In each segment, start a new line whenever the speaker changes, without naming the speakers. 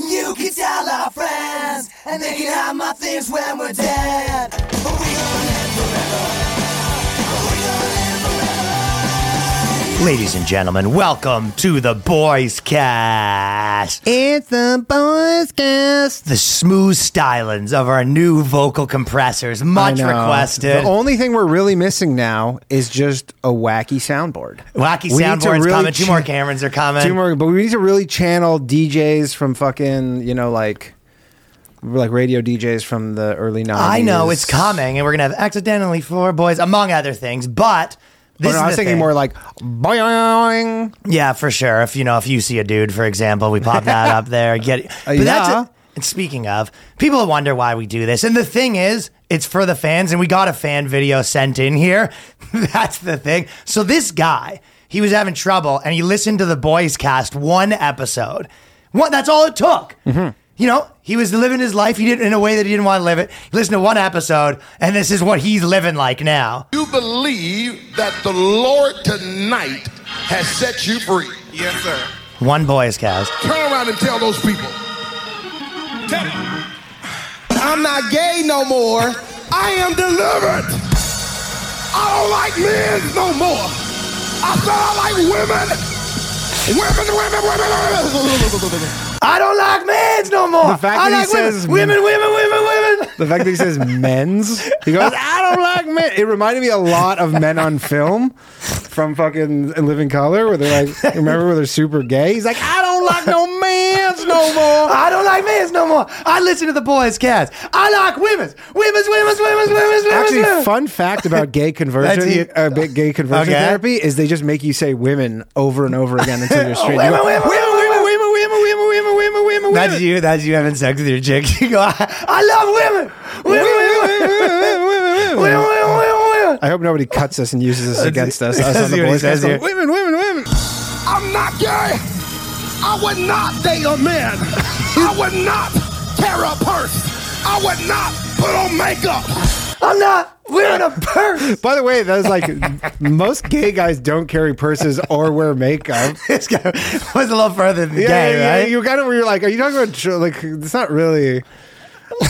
can tell our friends, and they can have my things when we're dead. But we gon' live forever. But we gon' live forever.
Ladies and gentlemen, welcome to the Boys Cast.
It's the boys cast.
The smooth stylings of our new vocal compressors, much requested.
The only thing we're really missing now is just a wacky soundboard.
Wacky
We need to
soundboards
really
coming. Two
ch-
more Camerons are coming.
Two more, but we need to really channel DJs from fucking you know like like radio DJs from the early nineties.
I know it's coming, and we're gonna have accidentally four boys, among other things. But this is
But Oh, I was
the
thinking
thing.
more like boing.
yeah, for sure. If you know, if you see a dude, for example, we pop that up there. Get it. But that's
yeah.
it. and speaking of, people wonder why we do this, and the thing is, it's for the fans, and we got a fan video sent in here. that's the thing. So this guy, he was having trouble, and he listened to the boys cast one episode. One, that's all it took. You know, he was living his life. He did in a way that he didn't want to live it. He listened to one episode, and this is what he's living like now.
You believe that the Lord tonight has set you free. Yes, sir.
One boys cast.
Turn around and tell those people. Tell them. I'm not gay no more. I am delivered. I don't like men no more. I said I like women. Women, women, women, women.
I don't like men's no more.
The fact
I
that he
like
says-
women. women, women, women, women.
The fact that he says men's, he goes, I don't like men. It reminded me a lot of Men on Film from fucking In Living Color, where they're like, remember where they're super gay? He's like, I don't like no man's no more.
I don't like men's no more. I listen to the boys' cast. I like women's, women's, women's, women's, women's, women's.
Actually,
women's.
fun fact about gay
That's
conversion,
it.
uh, bi- gay conversion
Okay.
therapy is they just make you say women over and over again until you're straight.
women,
You go,
women, women,
women, women, women, women, women, women,
That's you. That's you having sex with your chick. You go. I, I love women. Women, women, women,
women,
women, women, women.
I hope nobody cuts us and uses this against us. us on
That's
the
what he
boys
says
cast.
here.
Women, women, women.
I'm not gay. I would not date a man. I would not tear a purse. I would not put on makeup.
I'm not wearing a purse.
By the way, that was like most gay guys don't carry purses or wear makeup.
this guy was a little further than
Yeah,
gay,
yeah,
right?
you kind of were like, are you talking about tr- like it's not really.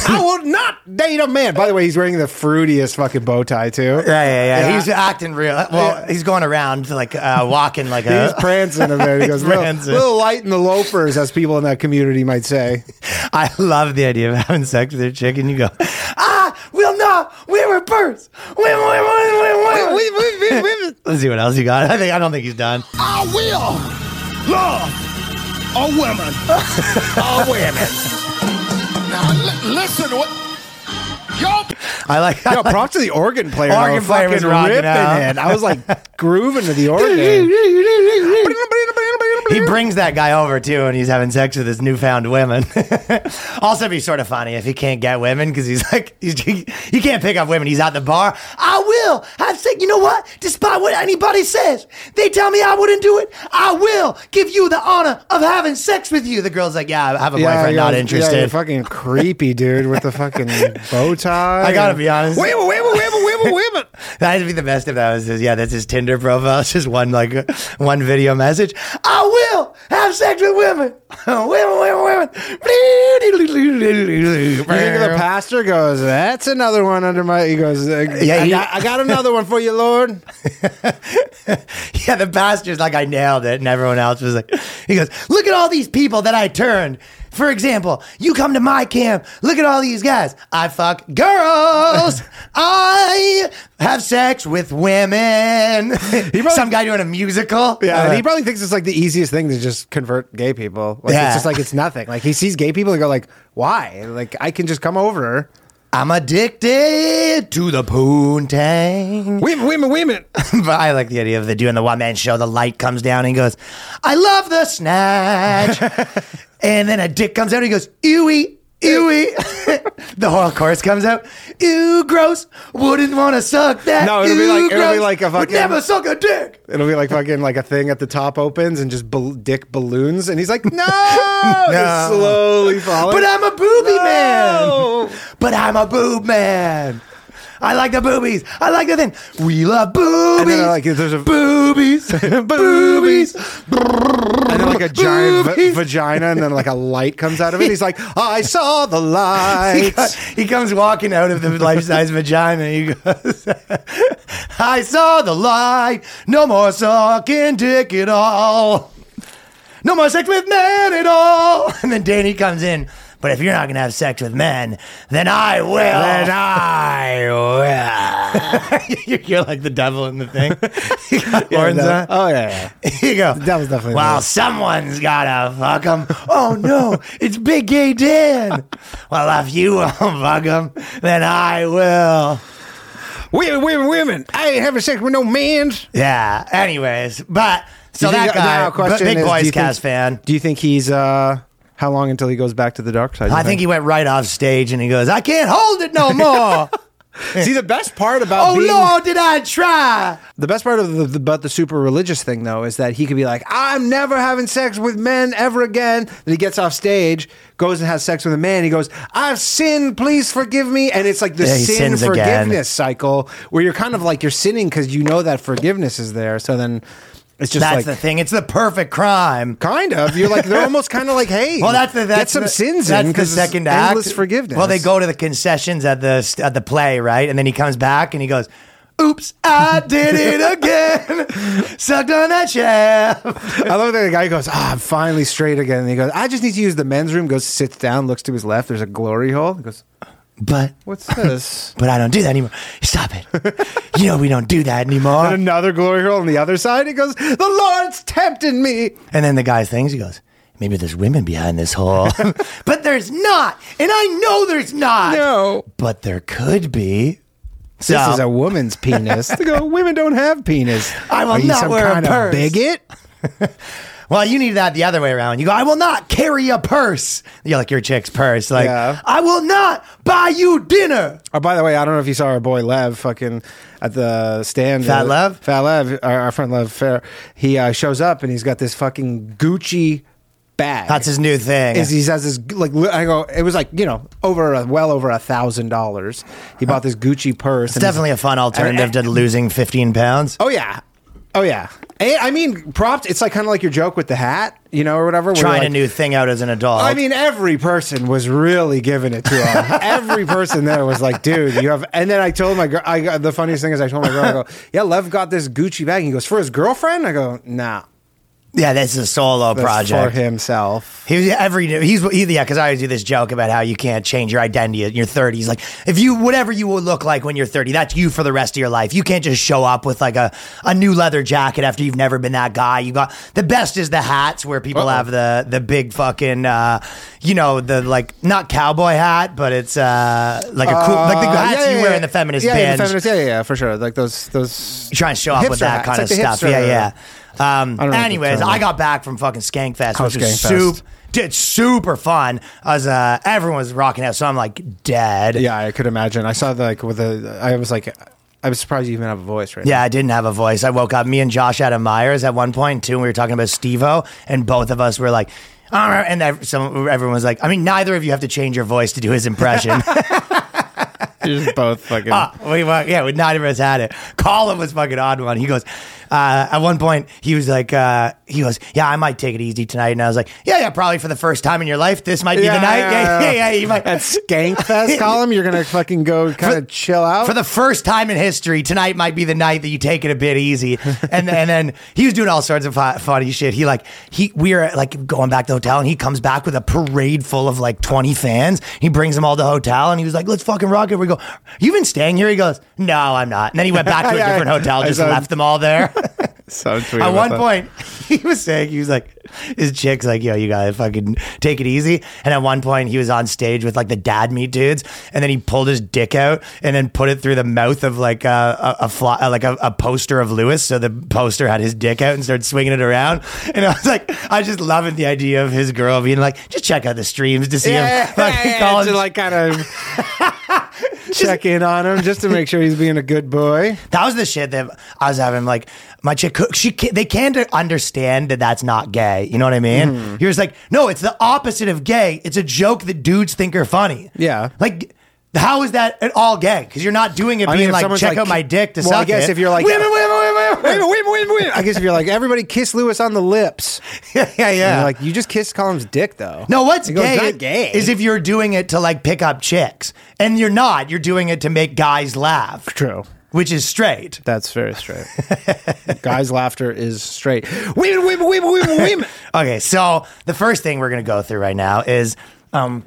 I will not date a man. By the way, he's wearing the fruitiest fucking bow tie too. Yeah,
yeah, yeah, yeah. He's acting real. Well, he's going around like uh, walking like a.
He's prancing a bit. He goes, little,
prancing.
little light in the loafers, as people in that community might say.
I love the idea of having sex with your chick and you go, "Ah, I will not wear a purse. Wait, wait, wait, wait, wait. Let's see what else you got. I think I don't think he's done.
I will love a woman. a women. Now li- listen, what? Y'all
I like. I
Yo,
like-
props to the organ player. though.
Organ player was
Fucking
rocking
ripping
out.
it. I was like grooving to the organ.
he brings that guy over too, and he's having sex with his newfound women. also, it'd be sort of funny if he can't get women because he's like, he's, he, he can't pick up women. He's at the bar. I will have sex. You know what? Despite what anybody says, they tell me I wouldn't do it. I will give you the honor of having sex with you. The girl's like, yeah, I have a boyfriend.
he
Not
goes, Yeah, you're
interested.
fucking creepy, dude, with the fucking bow tie.
I gotta be honest.
Wait, wait, wait, wait, wait, wait, wait, wait.
That'd be the best if that was his. Yeah, that's his Tinder profile. It's just one like one video message. I will have sex with women. women, women, women.
You think the pastor goes, that's another one under my. He goes, yeah,
Yeah,
I,
he-
got, I got another one for you, Lord.
yeah, the pastor's like, I nailed it, and everyone else was like, he goes, look at all these people that I turned. For example, you come to my camp. Look at all these guys. I fuck girls. I have sex with women. Some guy doing a musical.
Yeah,
Uh,
and he probably thinks it's like the easiest thing to just convert gay people. Like
Yeah.
it's just like it's nothing. Like he sees gay people and go like, why? Like I can just come over.
I'm addicted to the poontang.
Women, women, women.
but I like the idea of the doing the one man show. The light comes down and he goes, I love the snatch. and then a dick comes out and he goes, ewy, ewy. the whole chorus comes out, ew, gross. Wouldn't want to suck that.
No, it'll be
Ew,
like- it'll be
gross.
like a
Would
fucking-
never suck a dick.
It'll be like fucking like a thing at the top opens and just bal- dick balloons, and he's like, no, no.
No.
slowly falling.
But I'm a booby
No.
man. But I'm a boob man. I like the boobies. I like the thing. We love boobies.
And then I like it. There's a-
boobies. boobies.
And then like a giant va-
Boobies.
vagina, and then like a light comes out of it. He's like, I saw the
He,
light.
co- he comes walking out of the life size vagina. and He goes, I saw the light. No more sucking dick at all. No more sex with men at all. And then Danny comes in. But if you're not going to have sex with men, then I will.
Then
I will. you're like the devil in the thing. you got
Yeah,
horns
that-
on.
oh yeah, yeah.
Here you go.
That was definitely
Well,
nice.
someone's gotta fuck him. Oh no, it's Big Gay Dan. well, if you won't fuck him, then I will.
Women, women, women. I ain't having sex with no mans.
Yeah. Anyways, but so
Do you
that
think-
guy,
now,
but
question
big
is, do
boys
you think-
cast fan.
Do you think he's uh how long until he goes back to the dark side?
I think he went right off stage and he goes, "I can't hold it no more."
he see the best part about
oh
being,
Lord, did I try?
the best part of the, the about the super religious thing though is that he could be like, I'm never having sex with men ever again. Then he gets off stage, goes and has sex with a man. He goes, I've sinned, please forgive me. And it's like the
Yeah, he
sin
sins again.
forgiveness cycle where you're kind of like you're sinning because you know that forgiveness is there. So then it's just
That's
like
the thing. It's the perfect crime.
Kind of. You're like they're almost kind of like, hey,
Well, that's the that's
get some
the,
sins
that's
in
the
'cause it's
second act.
endless forgiveness.
Well, they go to the concessions at the at the play, right? And then he comes back and he goes, "Oops, I did it again. Sucked on that shaft."
I love that the guy goes, ah, I'm finally straight again. And he goes, I just need to use the men's room. Goes sits down, looks to his left. There's a glory hole. He goes,
But
what's this?
but I don't do that anymore. Stop it. you know we don't do that
and
anymore.
another glory hole on the other side. He goes, the Lord's tempting me.
And then the guy thinks he goes. Maybe there's women behind this hole, but there's not, and I know there's not.
No.
but there could be. So
This is a woman's penis. they go, women don't have penis.
I will
Are you
not
some
wear a
kind
purse."
of bigot?
Well, you need that the other way around. You go, I will not carry a purse. You're like your chick's purse. Like,
Yeah.
I will not buy you dinner.
Oh, by the way, I don't know if you saw our boy Lev fucking at the stand.
Fat
Uh,
Lev?
Fat Lev, our, our friend Lev Fair. He uh, shows up and he's got this fucking Gucci bag.
That's his new thing.
Is he has this like li- I go? It was like you know over a, well over a thousand dollars. He bought this Gucci purse.
it's definitely a fun alternative to losing 15 pounds.
Oh yeah, oh yeah. Eh, I mean, props. It's like kind of like your joke with the hat, you know, or whatever. where you're
Trying
like,
a new thing out as an adult.
I mean, every person was really giving it to him. every person there was like, "Dude, you have." And then I told my girl. I the funniest thing is I told my girl, I go, "Yeah, Lev got this Gucci bag." And he goes, "For his girlfriend?" I go, "Nah,
yeah, that's a solo
that's
project.
for himself."
He was every he's he, yeah because I always do this joke about how you can't change your identity in your 30s. Like if you whatever you will look like when you're 30, that's you for the rest of your life. You can't just show up with like a, a new leather jacket after you've never been that guy. You got the best is the hats where people
Uh-oh.
have the the big fucking uh, you know the like not cowboy hat but it's uh, like a cool like the
Uh,
hats
yeah,
you
yeah,
wear
yeah.
in the feminist
yeah, yeah,
bands.
the feminist, yeah, yeah, yeah, for sure. Like those, those.
You try and show up with
hipster
that
hat.
kind of
It's like the
stuff.
hipster- uh,
Yeah, yeah. Um,
I don't know what the
anyways,
term Oh,
I
is.
got back from fucking Skankfest, which was
Skankfest?
super, dude, super fun. I was, uh, everyone was rocking out, so I'm like dead.
Yeah, I could imagine. I saw the, like with a. I was like, I was surprised you even have a voice right
Yeah, I didn't have a voice. I woke up. Me and Josh Adam Myers at one point too, and we were talking about Stevo, and both of us were like, "All right," and ev- some, everyone was like, "I mean, neither of you have to change your voice to do his impression."
now. You're just both fucking.
Ah, we were, yeah, we neither of us had it. Colin was fucking odd one. He goes, uh, at one point, he was like, uh, he goes, yeah, I might take it easy tonight. And I was like, yeah, yeah, probably for the first time in your life, this might be the night. Yeah, yeah, yeah, you might.
At Skankfest column, you're gonna fucking go kind of chill out.
for the first time in history, tonight might be the night that you take it a bit easy. And and then he was doing all sorts of fu- funny shit. He like he we were like going back to the hotel, and he comes back with a parade full of like twenty fans. He brings them all to the hotel, and he was like, "Let's fucking rock it." We go, "You been staying here?" He goes, "No, I'm not." And then he went back to a
Yeah,
different hotel,
I
just
saw-
left them all there.
so tweet
At
about
one
that.
point, he was saying he was like, his chick's like, yo, you gotta fucking take it easy. And at one point, he was on stage with like the dad meat dudes, and then he pulled his dick out and then put it through the mouth of like a a, a fly, uh, like a, a poster of Lewis. So the poster had his dick out and started swinging it around. And I was like, I was just loving the idea of his girl being like, just check out the streams to see him. fucking calling-
to like kind of check in on him just to make sure he's being a good boy.
That was the shit that I was having. Like my chick, cook- she ca- they can't understand that that's not gay. You know what I mean?
Mm-hmm.
You're just like, no, it's the opposite of gay. It's a joke that dudes think are funny.
Yeah.
like How is that at all gay? Because you're not doing it
I mean,
being
if
like
someone's
check
like,
out my dick to
well,
suck
I guess
it.
if you're like,
women, women, women,
Wait,
women,
wait, wait, wait. I guess if you're like, everybody kiss Lewis on the lips.
yeah, yeah,
And
yeah.
you're like, you just kissed Column's dick, though.
no, what's
He goes,
gay,
"Not gay."
is if you're doing it to like pick up chicks, and you're not. You're doing it to make guys laugh,
True.
which is straight.
That's very straight. Guys' laughter is straight. Women, women, women, women, women.
Okay, so the first thing we're gonna go through right now is, um,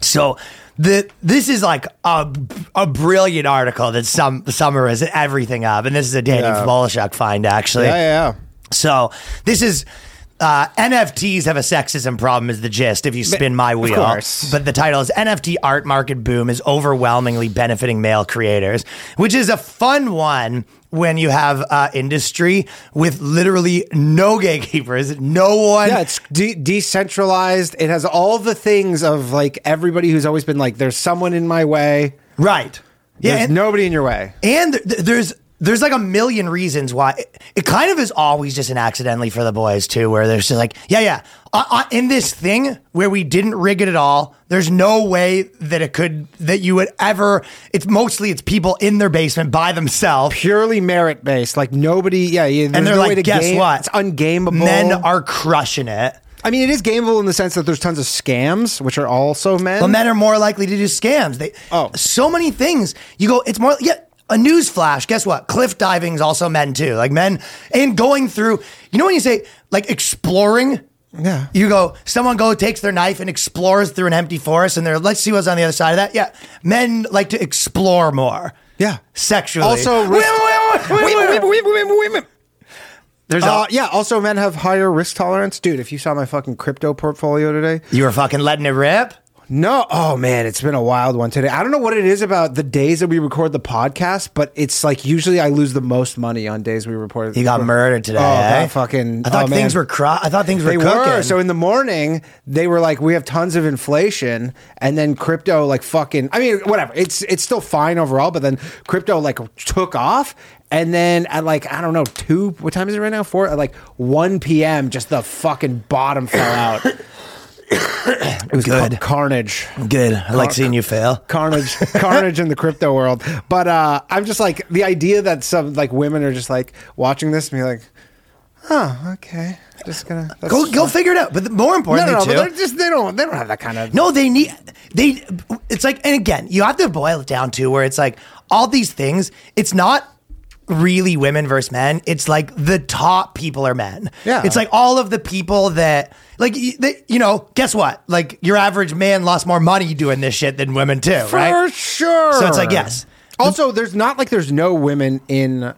so the this is like a a brilliant article that some summarizes everything up, and this is a Danny
Yeah.
Voloshock find actually.
Yeah, yeah,
So this is. Uh, NFTs have a sexism problem is the gist if you spin my wheel.
course.
But the title is NFT art market boom is overwhelmingly benefiting male creators, which is a fun one when you have uh, industry with literally no gatekeepers, no one.
yeah. Yeah, it's de- decentralized. It has all the things of like everybody who's always been like, there's someone in my way.
right. Yeah.
There's
and-
nobody in your way.
And th- th- there's there's like a million reasons why it, it kind of is always just an accidentally for the boys too, where there's just like, yeah, yeah, uh, uh, in this thing where we didn't rig it at all. There's no way that it could that you would ever. It's mostly it's people in their basement by themselves.
Purely merit based. Like nobody. Yeah, yeah. there's
And they're
no way
like,
to
guess
game-
what?
It's ungameable.
Men are crushing it.
I mean, it is gameable in the sense that there's tons of scams, which are also men.
But men are more likely to do scams. They
Oh.
so many things. You go, it's more yeah. A news flash. Guess what? Cliff diving is also men too. Like men and going through. You know when you say like exploring.
Yeah.
You go. Someone go takes their knife and explores through an empty forest, and they're let's see what's on the other side of that. Yeah, men like to explore more.
Yeah.
sexually.
Also,
Wait, wait, wait, wait, wait, wait. there's
Uh,
a,
yeah. Also, men have higher risk tolerance, dude. If you saw my fucking crypto portfolio today,
you were fucking letting it rip.
no. Oh man, it's been a wild one today. I don't know what it is about the days that we record the podcast, but it's like usually I lose the most money on days we record.
You got murdered today.
Oh,
eh?
that fucking.
I thought
oh, man.
things were. Cro- I thought things were.
They
cooking.
were. So in the morning, they were like, "We have tons of inflation," and then crypto, like fucking. I mean, whatever. It's it's still fine overall, but then crypto like took off, and then at like I don't know two. What time is it right now? Four. At like one p.m., just the fucking bottom fell out. It was
Good.
ca- carnage,
Good. I
Oh.
like seeing you fail.
carnage, carnage in the crypto world. But uh, I'm just like the idea that some like women are just like watching this and be like, "Oh, okay, just gonna that's
Go go figure it out. But the- more importantly,
no, no, no, but
too,
they're just they don't they don't have that kind of
no, they need they. It's like, and again, you have to boil it down to where it's like all these things. It's not really women versus men. It's like the top people are men.
Yeah.
It's like all of the people that like y- that. You know, guess what? Like your average man lost more money doing this shit than women too,
for
right?
sure.
So it's like, yes.
Also, there's not like there's no women in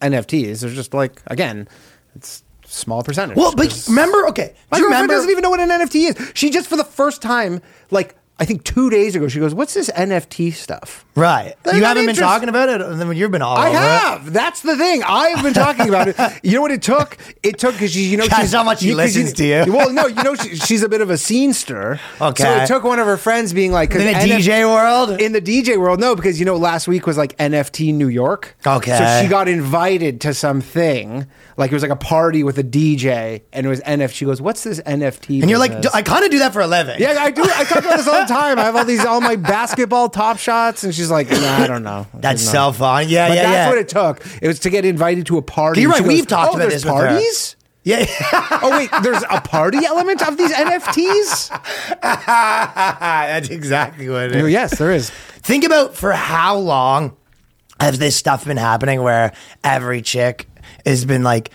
NFTs. There's just like again, it's small percentage.
Well, but
There's-
remember, okay,
my
do you
girlfriend
remember?
doesn't even know what an NFT is. She just for the first time, like I think two days ago, she goes, "What's this NFT stuff?"
right?
They're
You
not
haven't been
interest-
talking about it, and then you've been all
I
over it.
have. That's the thing. I have been talking about it. You know what it took? It took because you know
That's
she's,
how much she
you- 'cause
listens to you.
Well, no, you know she, she's a bit of a scenester. So
Okay.
it took one of her friends being like 'cause
In the
NF
DJ world?
in the DJ world. No, because you know last week was like NFT New York.
Okay.
So she got invited to something like it was like a party with a DJ, and it was NF. She goes, "What's this NFT?"
And you're like,
business?"
I kind of do that for a living.
Yeah, I do. I talk about this all the time. I have all these, all my basketball top shots, and she's like, "No, I don't know."
That's
She's not-
cell phone. Yeah,
but
yeah,
that's
yeah.
what it took. It was to get invited to a party.
You're
She
right, we've talked
oh,
about
there's
this with her."
parties.
yeah.
oh wait, there's a party element of these NFTs.
that's exactly what it
Oh,
is.
yes, there is.
Think about for how long has this stuff been happening where every chick has been like,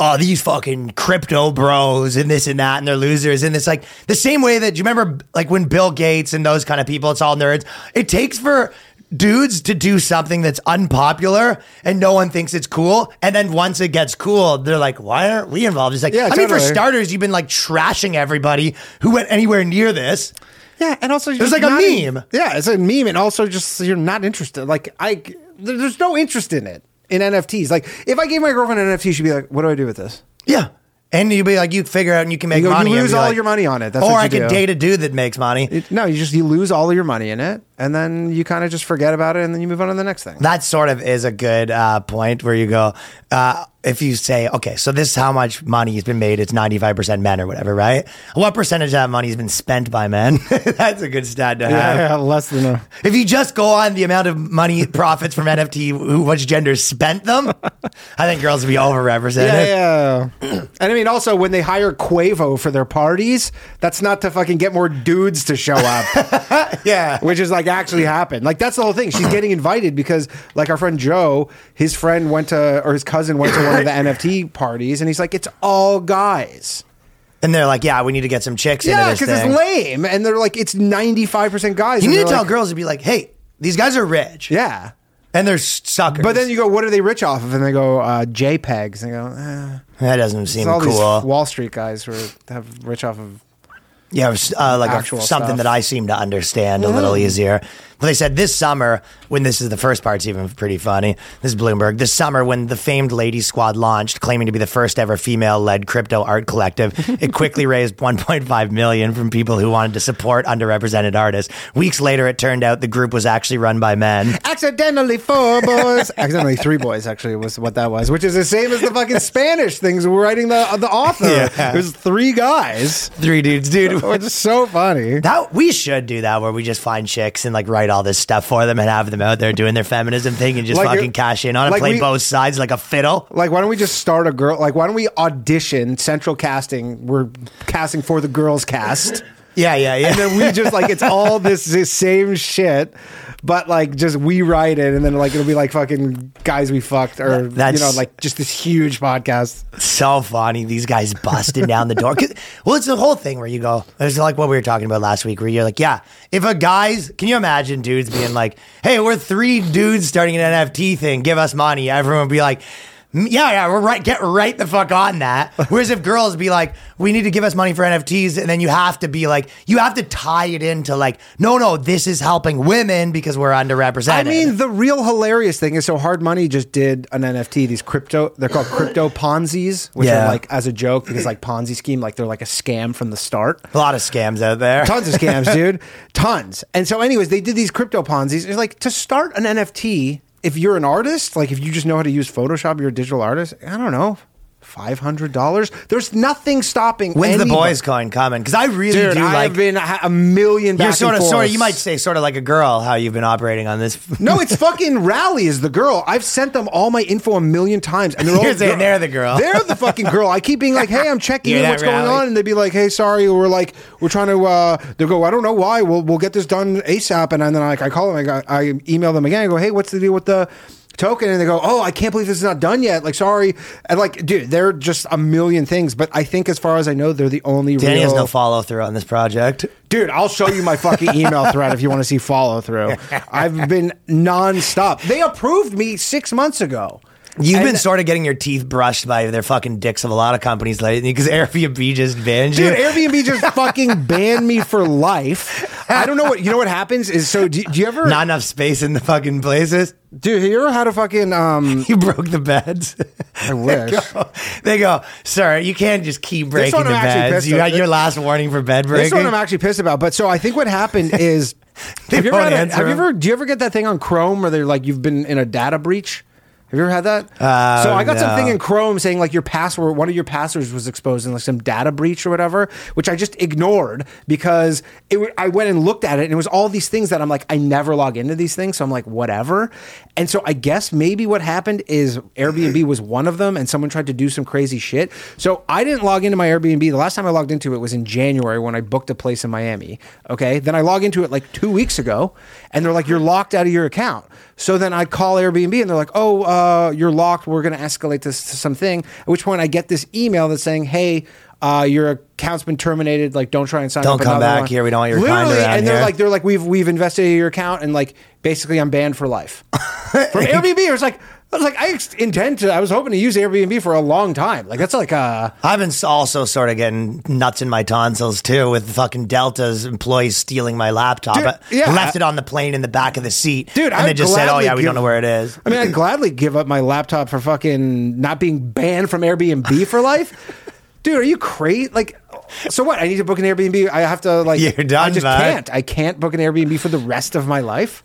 oh, these fucking crypto bros and this and that, and they're losers. And it's like the same way that you remember, like when Bill Gates and those kind of people, it's all nerds. It takes for dudes to do something that's unpopular and no one thinks it's cool. And then once it gets cool, they're like, why aren't we involved? It's like,
Yeah,
I mean, for
totally.
starters, you've been like trashing everybody who went anywhere near this.
Yeah, and also
There's
you're
like a
not in-
meme.
yeah, it's a meme, and also just you're not interested. Like I, there- there's no interest in it in NFTs. Like if I gave my girlfriend an NFT, she'd be like, "What do I do with this?"
Yeah. And you'd be like, you figure out and you can make
You go, you
money. and
lose
be
all
like-
your money on it. That's
or
what
I
you
could
do.
date a dude that makes money.
It, no, you just you lose all your money in it, and then you kind of just forget about it, and then you move on to the next thing.
that sort of is a good uh, point where you go, uh, if you say, okay, so this is how much money has been made, it's 95% men or whatever, right? What percentage of that money has been spent by men? That's a good stat to have.
Yeah, less than a.
If you just go on the amount of money profits from NFT, who which gender spent them, I think girls would be overrepresented.
Yeah, yeah. and I mean, also when they hire Quavo for their parties, that's not to fucking get more dudes to show up,
Yeah.
which is like actually happened. Like that's the whole thing. She's getting invited because like our friend Joe, his friend went to or his cousin went to one of the NFT parties, and he's like, it's all guys.
And they're like, yeah, we need to get some chicks
Yeah,
into
because
this thing.
it's lame, and they're like, it's ninety five percent guys.
You
and
need to
they're
tell
like,
girls to be like, hey, these guys are rich
yeah.
and they're suckers.
But then you go, what are they rich off of? And they go uh, JPEGs, and they go. Eh.
that doesn't
It's
seem
all these
cool.
Wall Street guys who are, have rich off of
Yeah, it was, uh, like a,
Actual
something that
stuff. Mm.
I seem to understand a little easier. But they said this summer, when this is the first part's even pretty funny. This is Bloomberg. This summer, when the famed Ladies Squad launched, claiming to be the first ever female-led crypto art collective, it quickly raised 1.5 million from people who wanted to support underrepresented artists. Weeks later, it turned out the group was actually run by men.
accidentally four boys, accidentally three boys. Actually, was what that was, which is the same as the fucking Spanish things. We're writing the the author.
Yeah.
It was three guys,
Three dudes, dude.
which is so funny.
That we should do that where we just find chicks and like write all this stuff for them and have them out there doing their feminism thing and just
Like
fucking
it-
cash in on it,
like
play
we-
both sides like a fiddle.
Like, why don't we just start a girl? Like, why don't we audition Central Casting? We're casting for the girls cast.
Yeah, yeah, yeah.
And then we just like it's all this, this same shit, but like just we write it, and then like it'll be like fucking guys we fucked, or
That's-
you know like just this huge podcast.
so funny. These guys busting down the door. 'Cause- Well, it's the whole thing where you go, it's like what we were talking about last week, where you're like, yeah, if a guy's, can you imagine dudes being like, hey, we're three dudes starting an NFT thing, give us money. Everyone would be like, "Mm, yeah, yeah, we're right. Get right the fuck on that. Whereas if girls be like, we need to give us money for NFTs, and then you have to be like, you have to tie it into like, no, no, this is helping women because we're underrepresented.
I mean, the real hilarious thing is so hard money just did an NFT. These crypto, they're called crypto Ponzi's, which
Yeah.
are like as a joke because like Ponzi scheme, like they're like a scam from the start.
a lot of scams out there.
Tons of scams, dude. Tons. And so, anyways, they did these crypto Ponzi's. It's like to start an NFT. If you're an artist, like if you just know how to use Photoshop, you're a digital artist. I don't know, five hundred dollars. There's nothing stopping.
When's the
anybody-
boys coin coming? Because I really
Dude,
do
I
like.
have been a a million. Back
You're
and
sort of, sorry,
forths.
you might say sort of like a girl how you've been operating on this.
No, it's fucking Rally is the girl. I've sent them all my info a million times, and they're all
You're saying they're the girl.
They're the fucking girl. I keep being like, "Hey, I'm checking
You're
in
that
what's going
Rally.
on," and they'd be like, "Hey, sorry, we're like, we're trying to." uh They go, "I don't know why. We'll we'll get this done asap." And then like, I call them, I, go, I email them again. I go, "Hey, what's the deal with the?" Token and they go, oh, I can't believe this is not done yet. Like, sorry, and like, dude, they're just a million things. But I think, as far as I know, they're the only
Danny
real
has no follow through on this project.
Dude, I'll show you my fucking email thread if you want to see follow through. I've been nonstop. They approved me six months ago.
You've been
And-
sort of getting your teeth brushed by their fucking dicks of a lot of companies lately because Airbnb just banned you.
Dude, Airbnb just fucking banned me for life. I don't know what you know. What happens is so. Do, do you ever,
Not enough space in the fucking places.
dude? Have you ever had a fucking um?
You broke the beds.
I wish.
they go, sir, you can't just keep breaking
one
the
I'm actually
beds.
pissed
You
at.
got your last warning for bed
This
breaking.
one I'm actually pissed about. But so I think what happened is.
They
have you ever?
won't
Had a,
answer
have you
them.
ever? Do you ever get that thing on Chrome where they're like you've been in a data breach? Have you ever had that?
Uh,
so I got
no.
something in Chrome saying like your password, one of your passwords was exposed in like some data breach or whatever, which I just ignored because it. w- I went and looked at it, and it was all these things that I'm like, I never log into these things, so I'm like, whatever. And so I guess maybe what happened is Airbnb was one of them, and someone tried to do some crazy shit. So I didn't log into my Airbnb. The last time I logged into it was in January when I booked a place in Miami. Okay, then I log into it like two weeks ago, and they're like, you're locked out of your account. So then I call Airbnb and they're like, oh, uh, you're locked. We're going to escalate this to something. At which point I get this email that's saying, hey, uh, your account's been terminated. Like, don't try and sign
Don't
up.
come
another
back
one."
here. We don't want your kind
Literally,
around
and they're
here.
like, they're like, we've we've investigated your account, and like, basically, I'm banned for life from Airbnb. It was like, I was like, I ex- intend to. I was hoping to use Airbnb for a long time. Like, that's like uh
I've been also sort of getting nuts in my tonsils too with fucking Delta's employees stealing my laptop.
Dude,
I
yeah.
left it on the plane in the back of the seat.
Dude,
and
I'd
they just said, "Oh
gladly
yeah, we
give-
don't know where it is."
I mean, I'd gladly give up my laptop for fucking not being banned from Airbnb for life. Dude, are you crazy? Like, so what? I need to book an Airbnb. I have to like.
You're done,
I just
bud.
can't. I can't book an Airbnb for the rest of my life.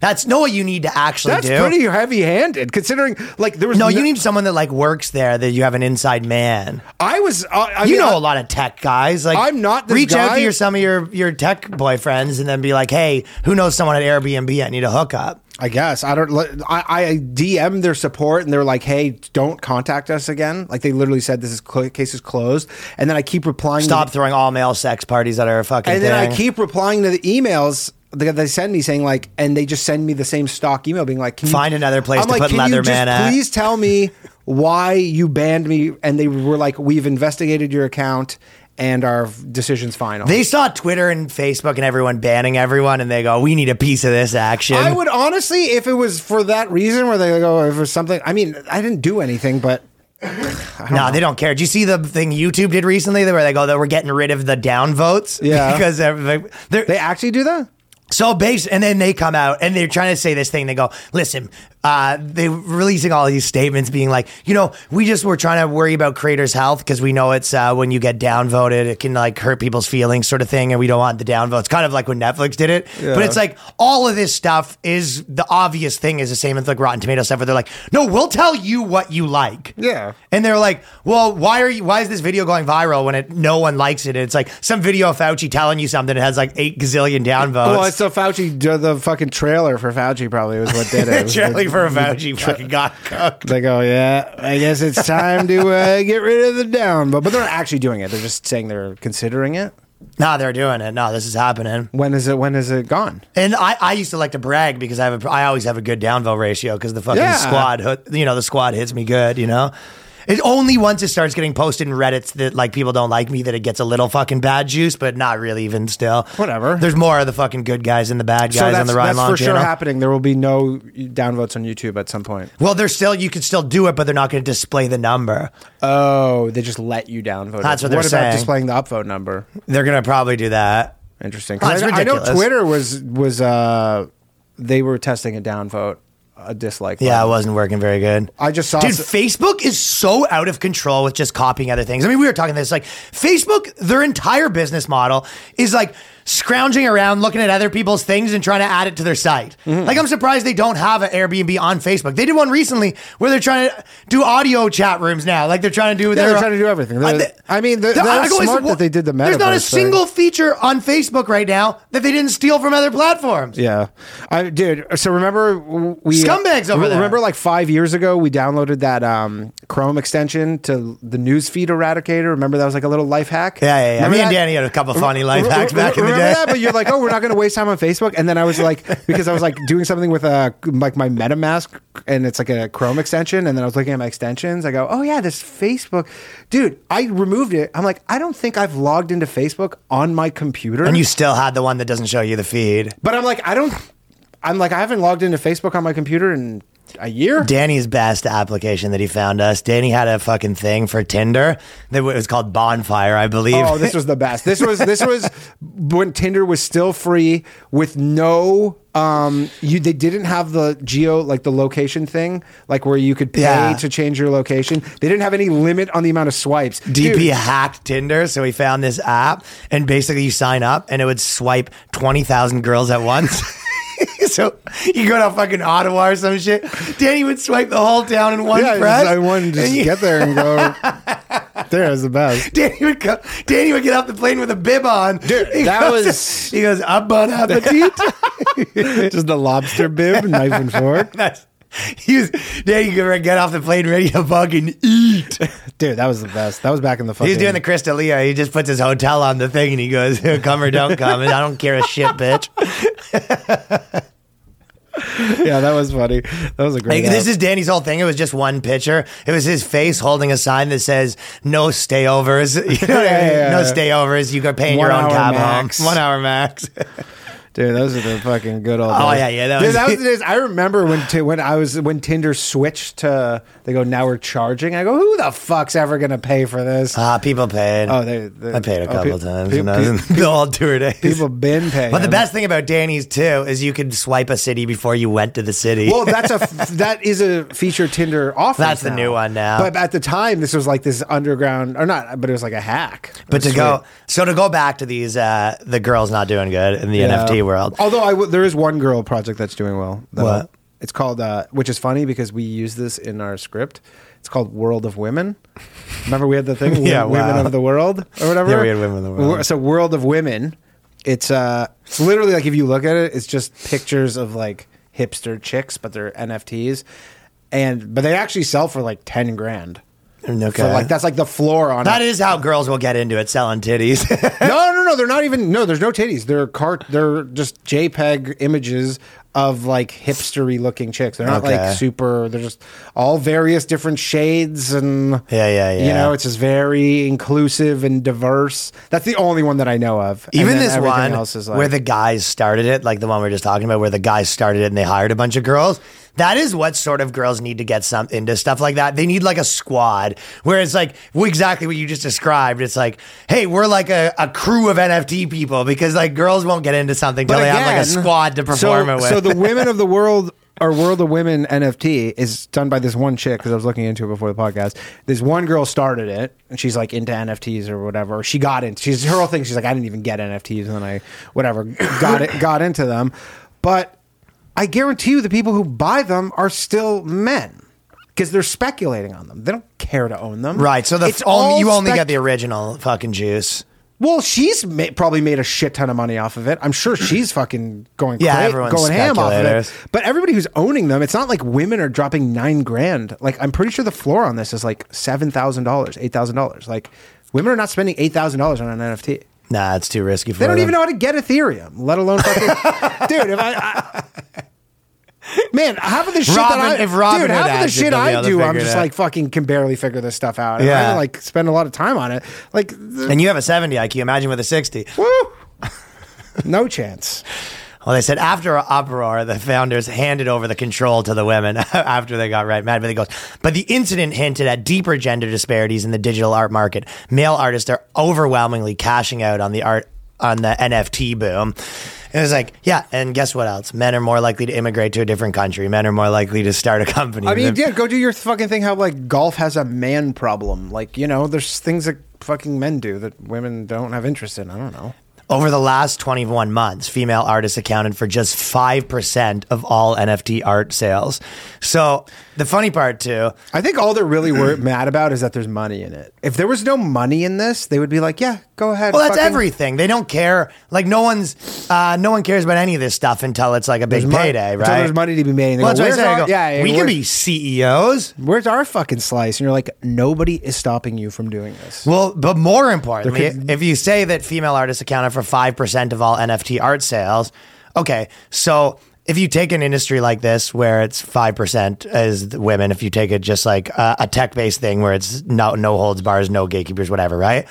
That's not what you need to actually
That's
do.
pretty heavy-handed, considering like there was
no, you need someone that like works there that you have an inside man.
I was. I, I
you
mean,
know
I-
a lot of tech guys. Like
I'm not this
reach out
guy.
to your some of your your tech boyfriends and then be like, hey, who knows someone at Airbnb? I need a hookup.
I guess I don't. let- I, I DM their support and they're like, "Hey, don't contact us again." Like they literally said, "This is cl- case is closed." And then I keep replying. to-
Stop throwing all male sex parties at our fucking.
and then I
thing.
keep replying to the emails that they send me saying like, and they just send me the same stock email being like, can you-
Find another place
I'm
to
like,
put
"Can you
Leatherman
just
at."
Please tell me why you banned me. And they were like, we've investigated your account and our decision's final.
They saw Twitter and Facebook and everyone banning everyone, and they go, "We need a piece of this action."
I would honestly, if it was for that reason, where they go, if it was something, I mean, I didn't do anything, but
no, they don't care. Did you see the thing YouTube did recently where they go, "That we're getting rid of the downvotes"?
Yeah.
because everybody, they're,
they actually do that.
So based, and then they come out and they're trying to say this thing. They go, listen, uh, they're releasing all these statements being like, you know, we just were trying to worry about creators' health because we know it's uh, when you get downvoted, it can like hurt people's feelings, sort of thing, and we don't want the downvotes. Kind of like when Netflix did it. But it's like all of this stuff is the obvious thing is the same as like Rotten Tomato stuff where they're like, no, we'll tell you what you like.
Yeah.
And they're like, well, why are you? Why is this video going viral when it no one likes it? And it's like some video of Fauci telling you something that has like eight gazillion downvotes.
Well, it's the Fauci, the fucking trailer for Fauci probably was what did it. it. was
Charlie
the-
for a Fauci fucking got cooked.
They go, yeah, I guess it's time to uh, get rid of the down. But, but they're not actually doing it. They're just saying they're considering it.
Nah, they're doing it. Nah, this is happening.
When is it? When is it gone?
And I, I used to like to brag because I have a, I always have a good downvote ratio because the fucking
Yeah.
squad, hit- you know, the squad hits me good, you know. It only once it starts getting posted in Reddit's that like people don't like me that it gets a little fucking bad juice, but not really even still.
Whatever.
There's more of the fucking good guys than the bad guys
so that's,
on the Ryan
that's
Long
for
channel.
sure happening. There will be no downvotes on YouTube at some point.
Well, they're still you can still do it, but they're not going to display the number.
Oh, they just let you downvote.
That's
it.
what they're
what
saying.
about displaying the upvote number?
They're going to probably do that.
Interesting.
That's
'Cause I, I know
ridiculous.
Twitter was was uh, they were testing a downvote, a dislike.
Yeah, it
button.
wasn't working very good.
I just saw
Dude,
s-
Facebook is so out of control with just copying other things. I mean, we were talking this like Facebook, their entire business model is like scrounging around, looking at other people's things and trying to add it to their site.
Mm-hmm.
Like, I'm surprised they don't have an Airbnb on Facebook. They did one recently where they're trying to do audio chat rooms now. Like, they're trying to do. Uh,
they're trying to do everything. They're- I mean, they're-
Th-
that was
I always-
smart that they did the
There's not a
metaverse thing.
single feature on Facebook right now that they didn't steal from other platforms.
Yeah, I dude. So remember we uh,
Scumbags over
re-
there.
Remember like five years ago we downloaded that um, Chrome extension to the newsfeed eradicator. Remember that was like a little life hack.
Yeah, yeah, yeah.
Remember
Me and
that?
Danny had a couple funny life
Re-
hacks
re-
back in the
remember
day.
That? But you're like, oh, we're not going to waste time on Facebook. And then I was like, because I was like doing something with uh like my MetaMask, and it's like a Chrome extension. And then I was looking at my extensions. I go, oh yeah, this Facebook, dude. I removed it. I'm like, I don't think I've logged into Facebook on my computer.
And you still had the one that doesn't show you the feed.
But I'm like, I don't. I'm like, I haven't logged into Facebook on my computer in a year.
Danny's best application that he found us. Danny had a fucking thing for Tinder that was called Bonfire, I believe.
Oh, this was the best. This was this was when Tinder was still free with no um you they didn't have the geo like the location thing like where you could pay
Yeah.
to change your location. They didn't have any limit on the amount of swipes.
DP
Dude,
hacked Tinder, so he found this app, and basically you sign up, and it would swipe twenty thousand girls at once. so you go to fucking Ottawa or some shit. Danny would swipe the whole town in one
yeah,
press.
just, I wanted to
and
just
you-
get there and go. there is the best.
Danny would go, Danny would get off the plane with a bib on.
Dude,
He
that
goes-
was-
He goes, "Ah, bon appetit."
Just the lobster bib, knife and fork.
That's he was Danny could get off the plane ready to fucking eat.
Dude, that was the best. That was back in the fucking.
He's doing the Crystalia. He just puts his hotel on the thing and he goes, "Come or don't come." And I don't care a shit, bitch.
yeah, that was funny. That was a great.
Like, this
app.
is Danny's whole thing. It was just one picture. It was his face holding a sign that says "No stayovers." You know what I
Yeah,
mean?
yeah,
no
yeah.
stayovers. You are paying
One
your own
hour
cab
max.
home. One hour max.
Dude, those are the fucking good old.
Oh,
days.
yeah, yeah, that
Dude,
was-
that was the days. I remember when t- when I was when Tinder switched to they go now we're charging. I go, who the fuck's ever gonna pay for this?
Ah, people paid.
Oh, they- they-
I paid a
oh,
couple
pe-
times.
pe-
when I was in the old tour days.
People been paying.
But the best thing about Danny's too is you could swipe a city before you went to the city.
Well, that's a f- that is a feature Tinder offers.
That's the new one now.
But at the time, this was like this underground or not, but it was like a hack. It
but
was
to go
sweet.
so to go back to these uh, the girls not doing good in the
Yeah. Oh,
NFT world.
Although I w- there is one girl project that's doing well. though.
What?
It's called, uh, which is funny because we use this in our script. It's called World of Women. Remember we had the thing,
Yeah,
Women
wow.
of the World or whatever.
Yeah, we had Women of the World.
Wor- So World of Women. It's uh, it's literally like if you look at it, it's just pictures of like hipster chicks, but they're NFTs, and but they actually sell for like ten grand.
Okay.
So like that's like the floor on
that
it.
is how girls will get into it selling titties.
no, no, no. They're not even. No, there's no titties. They're cart. They're just JPEG images of like hipstery looking chicks. They're not
Okay.
like super. They're just all various different shades and
Yeah, yeah,
You
yeah.
know, it's just very inclusive and diverse. That's the only one that I know of. And
Even
then
this
everything
one
else is like,
where the guys started it, like the one we were just talking about, where the guys started it and they hired a bunch of girls. That is what sort of girls need to get some into stuff like that. They need like a squad where it's like well, exactly what you just described. It's like, hey, we're like a, a crew of NFT people because like girls won't get into something
But
till they have like a
again,
squad to perform
so,
it with.
So the women of the world or world of women NFT is done by this one chick because I was looking into it before the podcast. This one girl started it and she's like into NFTs or whatever. She got into she's her whole thing. She's like, I didn't even get NFTs and then I whatever got it got into them. But I guarantee you the people who buy them are still men. Because they're speculating on them. They don't care to own them.
right. So the
It's
f- only,
all
you only
spec-
get the original fucking juice.
well, she's ma- probably made a shit ton of money off of it. I'm sure she's fucking going
Yeah,
cra-
everyone's
going ham off of
speculators.
it. But everybody who's owning them, it's not like women are dropping nine grand. Like I'm pretty sure the floor on this is like seven thousand dollars, eight thousand dollars. Like women are not spending eight thousand dollars on an NFT.
Nah, it's too risky for
They don't
them.
even know how to get Ethereum, let alone fucking dude. If I, I man, half of the shit
Robin-
that I
if Robin
dude,
had
half of the
asked it, they'll
shit
be
I
able to
do, I'm
figure it
just
out.
like fucking can barely figure this stuff out. And I
Yeah.
don't, like spend a lot of time on it. Like
And you have a 70 IQ. Imagine with a 60.
Woo! No chance.
Well, they said after uproar, the founders handed over the control to the women after they got right mad. But they goes, but the incident hinted at deeper gender disparities in the digital art market. Male artists are overwhelmingly cashing out on the art on the NFT boom. And it's like, yeah, and guess what else? Men are more likely to immigrate to a different country. Men are more likely to start a company.
I mean,
They're-
yeah, go do your fucking thing. How like golf has a man problem. Like you know, there's things that fucking men do that women don't have interest in. I don't know.
Over the last 21 months, female artists accounted for just 5% of all NFT art sales. So, the funny part too,
I think all they're really wor- mad about is that there's money in it. If there was no money in this, they would be like, yeah, go ahead.
Well, that's
fucking-
everything. They don't care. Like no one's, uh, no one cares about any of this stuff until it's like a big
There's mon-
payday,
until
right?
there's money to be made. and they
Well,
go,
that's what I said.
"Where's
I go,
our- yeah, yeah,
we can
where's-
be E CEOs.
Where's our fucking slice? And you're like, nobody is stopping you from doing this.
Well, but more importantly,
There could-
if you say that female artists accounted for five percent of all NFT art sales, okay, so. If you take an industry like this where it's 5% as the women, if you take it just like a, a tech based thing where it's no, no holds bars, no gatekeepers, whatever, right?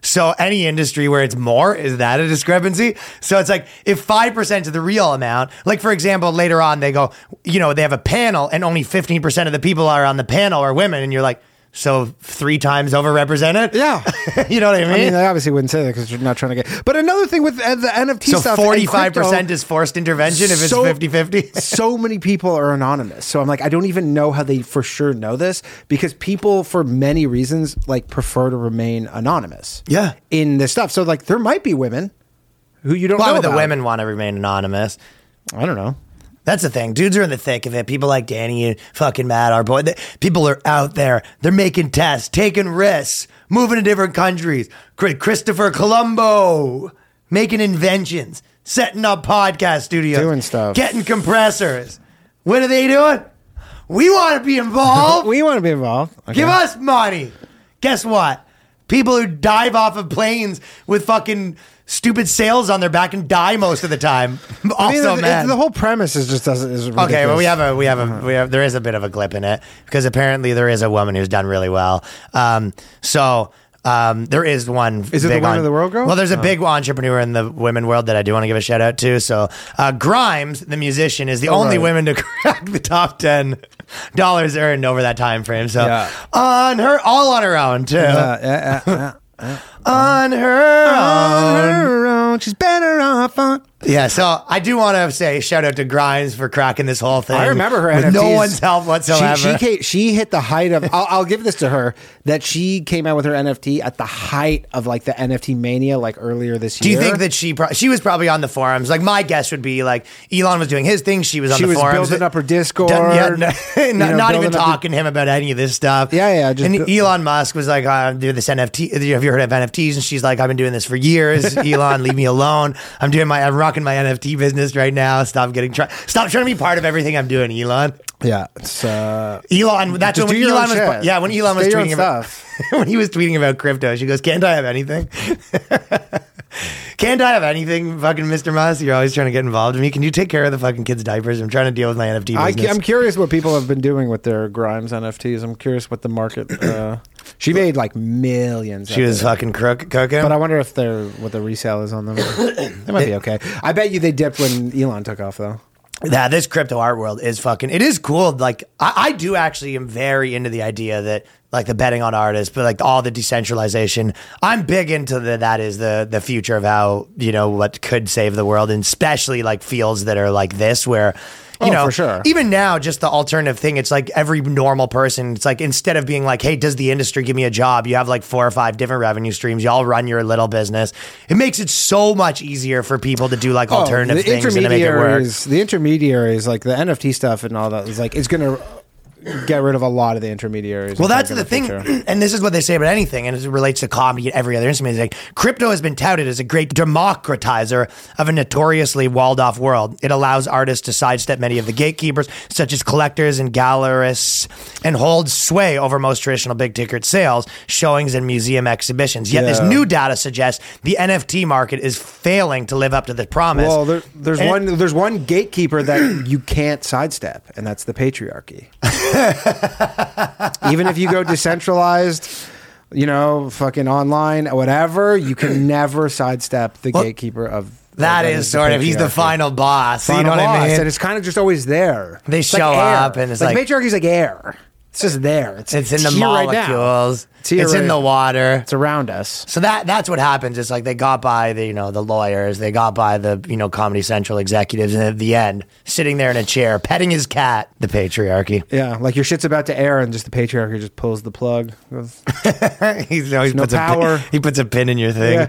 So any industry where it's more, is that a discrepancy? So it's like if 5% is the real amount, like for example, later on they go, you know, they have a panel and only 15% of the people are on the panel are women. And you're like, so three times overrepresented?
yeah.
you know what I mean?
I mean, they obviously wouldn't say that because they're not trying to get. But another thing with uh, the NFT
so
stuff, and
45%
crypto-
is forced intervention if it's
So-
50 50.
so many people are anonymous. So I'm like, I don't even know how they for sure know this because people, for many reasons, like prefer to remain anonymous.
Yeah.
In this stuff. So like, there might be women who you don't
Why
know.
would the
about.
women want to remain anonymous?
I don't know.
That's the thing. Dudes are in the thick of it. People like Danny and fucking Matt, our boy. They, people are out there. They're making tests, taking risks, moving to different countries. Cri- Christopher Colombo making inventions, setting up podcast studios,
Doing stuff.
getting compressors. What are they doing? We want to be involved.
We want to be involved. Okay.
Give us money. Guess what? People who dive off of planes with fucking stupid sails on their back and die most of the time. Also,
I mean, the,
man.
the whole premise is just doesn't. Is ridiculous.
Okay, well, we have a we have a we have there is a bit of a glip in it because apparently there is a woman who's done really well. Um, so. Um, there is one.
Is it the
big
Women of the World girl? Oh.
Well, there's a big entrepreneur in the women world that I do want to give a shout out to. So, uh, Grimes, the musician, is the only
Oh, right.
woman to crack the top ten dollars earned over that time frame. So,
Yeah.
on her, all on her own too.
Uh, yeah, yeah, yeah. Ah.
on her own.
On her
um,
own, she's better off on.
Yeah, so I do want to say shout out to Grimes for cracking this whole thing.
I remember her
with
NFTs.
no one's help whatsoever.
She, she, ca- she hit the height of. I'll, I'll give this to her. that she came out with her NFT at the height of like the NFT mania, like earlier this
Do
year.
you think that she pro- she was probably on the forums? Like my guess would be like Elon was doing his thing. She was on
She
the
was
forums,
building up her Discord,
Done- yeah, no-
you
not,
know,
not even
building up the-
talking to him about any of this stuff.
Yeah, yeah, just
and
build-
Elon Musk was like, uh, "Do this NFT? Have you heard of NFTs?" And she's like, "I've been doing this for years. Elon, leave me alone. I'm doing my I'm rocking my NFT business right now. Stop getting try- stop trying to be part of everything I'm doing, Elon."
Yeah, it's, uh,
Elon, that's
Just
when,
do your
Elon
own
was
shit.
yeah when Elon
Stay
was
your own
tweeting about when he was tweeting about crypto. She goes, "Can't I have anything? Can't I have anything, fucking Mister Musk? You're always trying to get involved with me. Can you take care of the fucking kids' diapers? I'm trying to deal with my NFT
I,
business."
am curious what people have been doing with their Grimes NFTs. I'm curious what the market. Uh, she made like millions.
she
of
was
it.
fucking crook cooking.
But I wonder if they're what the resale is on them. they might be okay. I bet you they dipped when Elon took off though.
Yeah, this crypto art world is fucking. It is cool. Like I, I do actually am very into the idea that like the betting on artists, but like all the decentralization. I'm big into the that is the the future of how you know what could save the world, and especially like fields that are like this where. You
Oh,
know,
for sure.
even now, just the alternative thing, it's like every normal person, it's like instead of being like, hey, does the industry give me a job? You have like four or five different revenue streams. Y'all run your little business. It makes it so much easier for people to do like alternative things and to make it work.
Oh, intermediaries- The intermediaries, like the NFT stuff and all that, is like it's gonna get rid of a lot of the intermediaries.
Well,
I
that's
think,
the
in
thing,
future.
and this is what they say about anything, and it relates to comedy and every other instrument. It's like crypto has been touted as a great democratizer of a notoriously walled off world. It allows artists to sidestep many of the gatekeepers, such as collectors and gallerists, and hold sway over most traditional big ticket sales, showings, and museum exhibitions. Yet this
Yeah.
new data suggests the NFT market is failing to live up to the promise.
Well, there, there's
And-
one there's one gatekeeper that you can't sidestep, and that's the patriarchy. Even if you go decentralized, you know, fucking online, whatever, you can never sidestep the gatekeeper of.
that is
the
sort of he's the
patriarchy.
final boss.
Final
you know what
boss,
I mean?
And it's kind of just always there.
They
It's like
show
air.
up and it's like-
patriarchy's like air. It's just there. It's,
It's in the
here right now.
molecules.
It's here
it's in
right-
the water.
It's around us.
So that that's what happens. It's like they got by the you know the lawyers, they got by the you know Comedy Central executives, and at the end, sitting there in a chair, petting his cat, the patriarchy.
Yeah, like your shit's about to air, and just the patriarchy just pulls the plug.
He's, no, he
No
puts A
power.
pin, he puts a pin in your thing.
Yeah.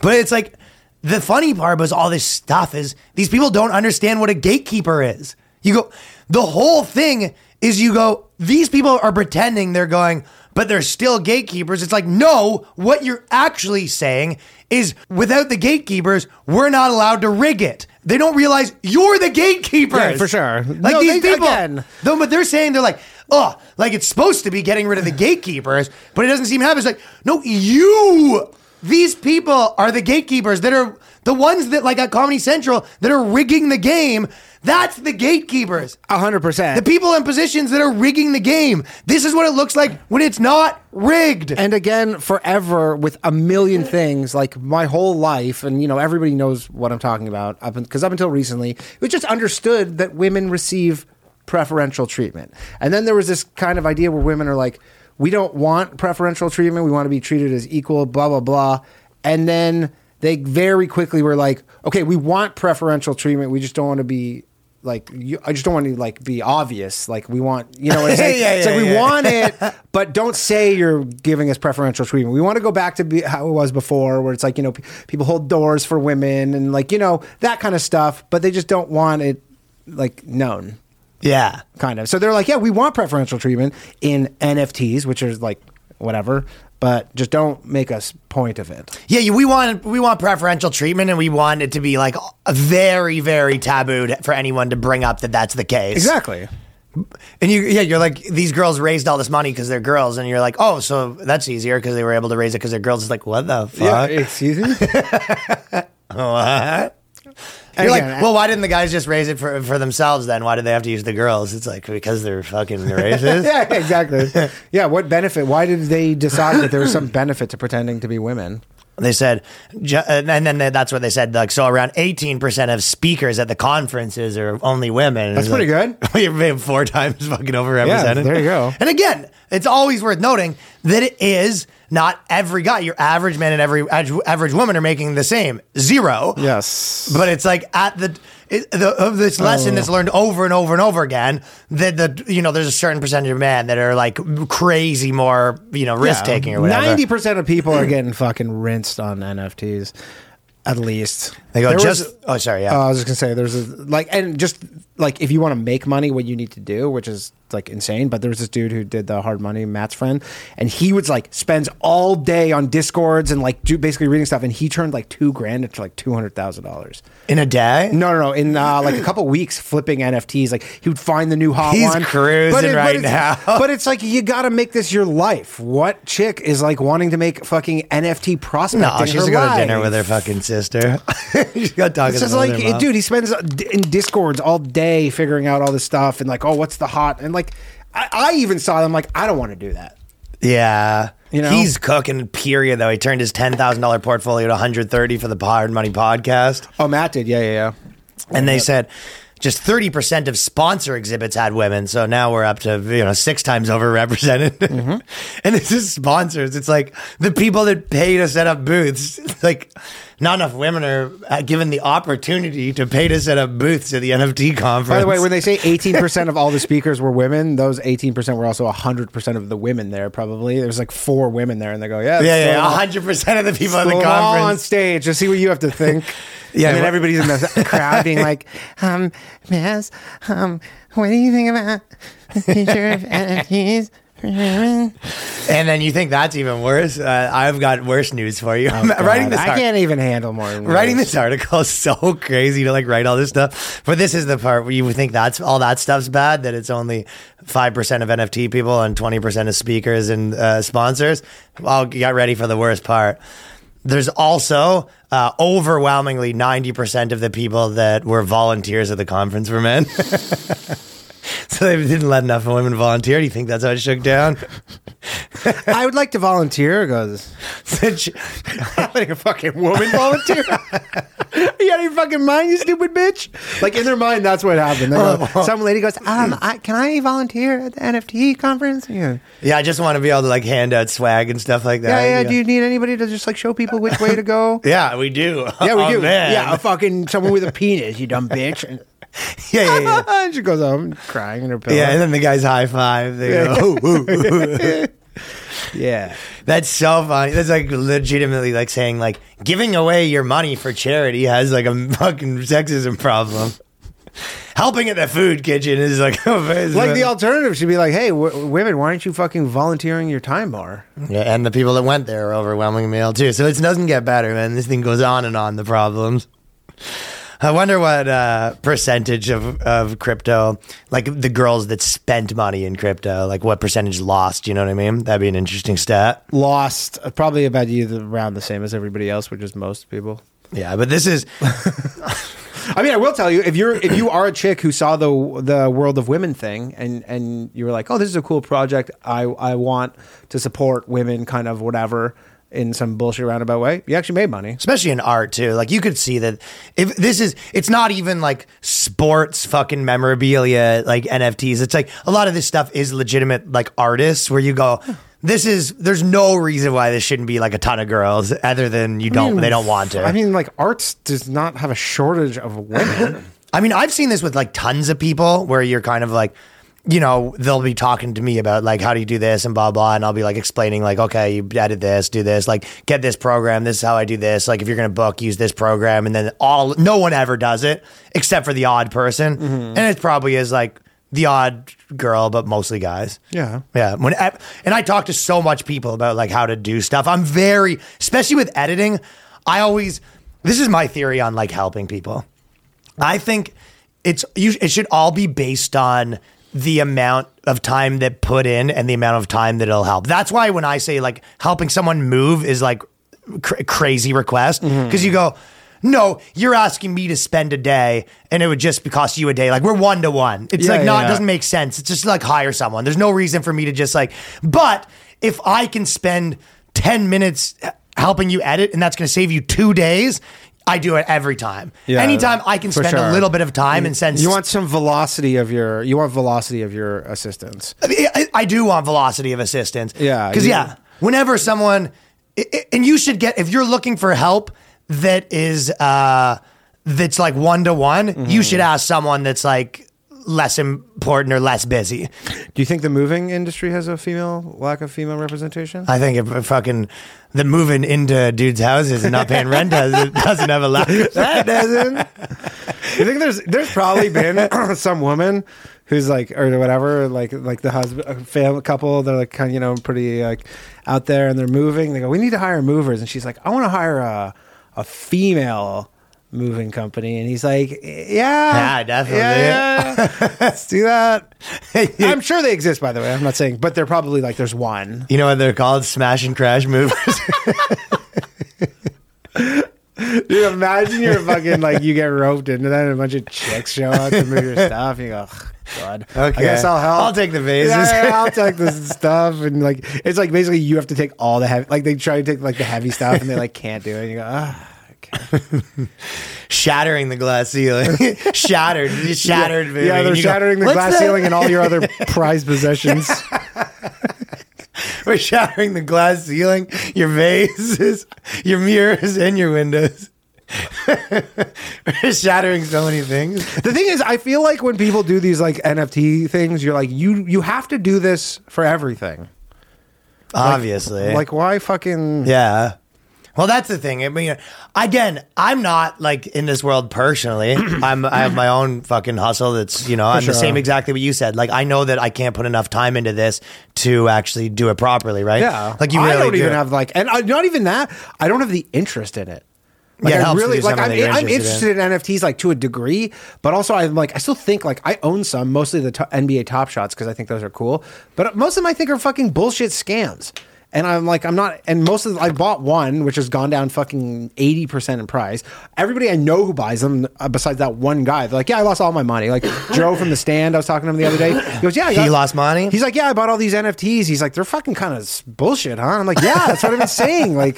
but it's like the funny part was all this stuff is these people don't understand what a gatekeeper is. You go, the whole thing is you go, these people are pretending they're going, but they're still gatekeepers. It's like, no, what you're actually saying is without the gatekeepers, we're not allowed to rig it. They don't realize you're the gatekeepers.
Yeah, for sure.
Like
No,
these
they-
people,
again.
Though, but they're saying they're like, oh, like it's supposed to be getting rid of the gatekeepers, but it doesn't seem to happen. It's like, no, you, these people are the gatekeepers that are the ones that, like at Comedy Central, that are rigging the game. That's the gatekeepers.
hundred
The
percent.
people in positions that are rigging the game. This is what it looks like when it's not rigged.
and again forever with a million things like my whole life and you know everybody knows what i'm talking about up because up until recently it was just understood that women receive preferential treatment and then there was this kind of idea where women are like we don't want preferential treatment we want to be treated as equal blah blah blah and then they very quickly were like okay we want preferential treatment we just don't want to be like you, I just don't want to like be obvious. Like we want, you know, what I'm saying?
Yeah,
it's
yeah,
like we
yeah.
want on it, but don't say you're giving us preferential treatment. We want to go back to be how it was before, where it's like you know pe- people hold doors for women and like you know that kind of stuff, but they just don't want it like known,
yeah.
kind of. So they're like, yeah, we want preferential treatment in NFTs, which is like whatever, but just don't make us point of it.
Yeah, you- we want we want preferential treatment, and we want it to be like very, very tabooed for anyone to bring up that that's the case.
Exactly.
And you, yeah, you're like these girls raised all this money because they're girls, and you're like, oh, so that's easier because they were able to raise it because they're girls. It's like, what the fuck?
excuse me.
what? You're like, well, why didn't the guys just raise it for for themselves then? Why did they have to use the girls? It's like because they're fucking racist.
yeah, exactly. Yeah, what benefit? Why did they decide that there was some benefit to pretending to be women?
They said, ju- uh, and then they- that's what they said. Like, so around 18% of speakers at the conferences are only women.
That's pretty good.
You're four times fucking overrepresented.
there you go.
And again, it's always worth noting that it is not every guy. Your average man and every average average woman are making the same zero.
Yes.
But it's like at the, it, the of this lesson
Oh.
that's learned over and over and over again that the you know there's a certain percentage of men that are like crazy more you know risk taking or whatever.
Ninety percent of people are getting fucking rinsed on NFTs, at least.
They go
There was-
just oh sorry yeah
Uh, I was just gonna say there's a like and just like if you want to make money, what you need to do, which is like insane. But there was this dude who did the hard money, Matt's friend, and he was like spends all day on discords and like do basically reading stuff, and he turned like two grand into like two hundred thousand dollars.
in a day.
No, no, no. In uh, like a couple weeks, flipping NFTs, like he would find the new hot
He's
one.
cruising right
it's-
now.
But it's like you got to make this your life. What chick is like wanting to make fucking NFT prospecting?
No, she has
her
to go
life?
to dinner with her fucking sister. She's got talking
It's just
to her
like,
mom.
dude, he spends uh, d- in discords all day figuring out all this stuff and like, oh, what's the hot? And like, I, I even saw them like, I don't want to do that.
Yeah.
You know?
He's cooking, period, though. He turned his $10,000 portfolio to 130 for the Hard Money podcast.
Oh, Matt did, yeah, yeah, yeah.
And they said just 30% of sponsor exhibits had women. So now we're up to, you know, six times overrepresented.
Mm-hmm.
and this is sponsors. It's like the people that pay to set up booths. It's like not enough women are uh, given the opportunity to pay to set up booths at the NFT conference.
By the way, when they say 18% of all the speakers were women, those 18% were also 100% of the women there, probably. There's like four women there, and they go,
yeah,
yeah, throw
yeah,
them all-
100% of the people at the
throw them all on
conference.
stage. Just see what you have to think.
Yeah,
and then
wha-
everybody's in the crowd being like,
Um, Miss, um, what do you think about the future of NFTs for women?
And then you think that's even worse? Uh, I've got worse news for you. writing this,
Oh, I
art-
can't even handle more.
writing this article is so crazy to like write all this stuff. But this is the part where you think that's all that stuff's bad. That it's only five percent of NFT people and twenty percent of speakers and uh, sponsors. Well, get ready for the worst part. There's also uh, overwhelmingly ninety percent of the people that were volunteers at the conference were men. So they didn't let enough women volunteer. Do you think that's how it shook down?
I would like to volunteer. Goes
Such-
having a fucking woman volunteer. you out of your fucking mind, you stupid bitch. Like in their mind, that's what happened. They go- Some lady goes,
Um, I, can I volunteer at the NFT conference? Yeah.
Yeah, I just want to be able to like hand out swag and stuff like that.
yeah, yeah. Do you need anybody to just like show people which way to go?
Yeah, we do.
Yeah, we
Oh,
do.
man.
Yeah, a fucking someone with a penis, you dumb bitch. And
yeah, yeah, yeah.
she goes home crying in her pillow.
Yeah, and then the guys high five. They go, "Ooh, ooh, ooh."
yeah.
That's so funny. That's like legitimately like saying like giving away your money for charity has like a fucking sexism problem. Helping at the food kitchen is like
Like the alternative should be like, hey, w- women, why aren't you fucking volunteering your time more?
yeah, and the people that went there are overwhelming male too. So it doesn't get better, man. This thing goes on and on. The problems. I wonder what uh, percentage of, of crypto, like the girls that spent money in crypto, like what percentage lost. You know what I mean? That'd be an interesting stat.
Lost uh, probably about you the- around the same as everybody else, which is most people.
Yeah, but this is
I mean, I will tell you if you're if you are a chick who saw the the World of Women thing and and you were like, oh, this is a cool project. I I want to support women, kind of whatever, in some bullshit roundabout way. You actually made money.
especially in art too. Like you could see that if this is, it's not even like sports fucking memorabilia, like NFTs. It's like a lot of this stuff is legitimate, like artists where you go, this is, there's no reason why this shouldn't be like a ton of girls other than you don't, they don't want to.
I mean, like arts does not have a shortage of women.
I mean, I've seen this with like tons of people where you're kind of like, you know, they'll be talking to me about like, how do you do this and blah, blah. And I'll be like explaining, like, okay, you edit this, do this, like, get this program. This is how I do this. Like, if you're going to book, use this program. And then all, no one ever does it except for the odd person. And it probably is like the odd girl, but mostly guys.
Yeah.
Yeah. When I, and I talk to so much people about like how to do stuff. I'm very, especially with editing, I always, this is my theory on like helping people. I think it's you, it should all be based on the amount of time that put in and the amount of time that it'll help. That's why when I say like helping someone move is like cr- crazy request because
Mm-hmm.
you go no, you're asking me to spend a day and it would just cost you a day. Like we're one to one. It's
Yeah,
like not
yeah.
it doesn't make sense. It's just like hire someone. There's no reason for me to just like but if I can spend 10 minutes helping you edit and that's going to save you 2 days, I do it every time.
Yeah,
Anytime I can
for
spend
sure.
a little bit of time and send
You want some velocity of your. You want velocity of your assistance.
I mean, I, I do want velocity of assistance.
Yeah,
Because,
you-
yeah, whenever someone, i- i- and you should get, if you're looking for help that is, uh, that's like one to one,
Mm-hmm.
you should ask someone that's like less important or less busy.
Do you think the moving industry has a female lack of female representation?
I think if if fucking the moving into dudes' houses and not paying rent doesn't, doesn't have a lot.
that doesn't. You think there's there's probably been some woman who's like or whatever like like the husband family couple they're like kind of you know pretty like out there and they're moving they go we need to hire movers and she's like I want to hire a a female moving company and he's like yeah
Yeah, definitely.
yeah, yeah. let's do that I'm sure they exist by the way I'm not saying but they're probably like there's one
You know what they're called? Smash and crash movers.
dude imagine you're fucking like you get roped into that and a bunch of chicks show up to move your stuff and you go "Ugh, God I guess I'll help
I'll take the vases.
Yeah, yeah, I'll take this stuff and like it's like basically you have to take all the heavy like they try to take like the heavy stuff and they like can't do it and you go ah
shattering the glass ceiling. shattered, just shattered. movie.
yeah
And
they're
you go,
shattering the
"What's
glass
that?"
ceiling and all your other prized possessions
We're shattering the glass ceiling, your vases, your mirrors, and your windows. We're shattering so many things.
the thing is I feel like when people do these like NFT things you're like you you have to do this for everything
Obviously,
like why fucking
Yeah. Well, that's the thing. I mean, again, I'm not like in this world personally. I'm I have my own fucking hustle. That's you know, I'm
sure.
the same exactly what you said. Like I know that I can't put enough time into this to actually do it properly, right?
yeah
Like you really
I don't
do
even
it.
have like and I, not even that I don't have the interest in it. Like,
Yeah, it
I
helps to
really
do
like. I'm,
something that you're
I'm interested
interested
in NFTs like to a degree, but also I'm like I still think like I own some, mostly the to NBA Top Shots because I think those are cool. But most of them I think are fucking bullshit scams, and I'm like I'm not. And most of the, I bought one which has gone down fucking eighty percent in price. Everybody I know who buys them, uh, besides that one guy, they're like, yeah, I lost all my money. Like Joe from the stand, I was talking to him the other day. He goes, yeah, I
He lost money?
He's like, yeah, I bought all these NFTs. He's like, they're fucking kind of bullshit, huh? And I'm like, yeah, that's what I've been saying. Like,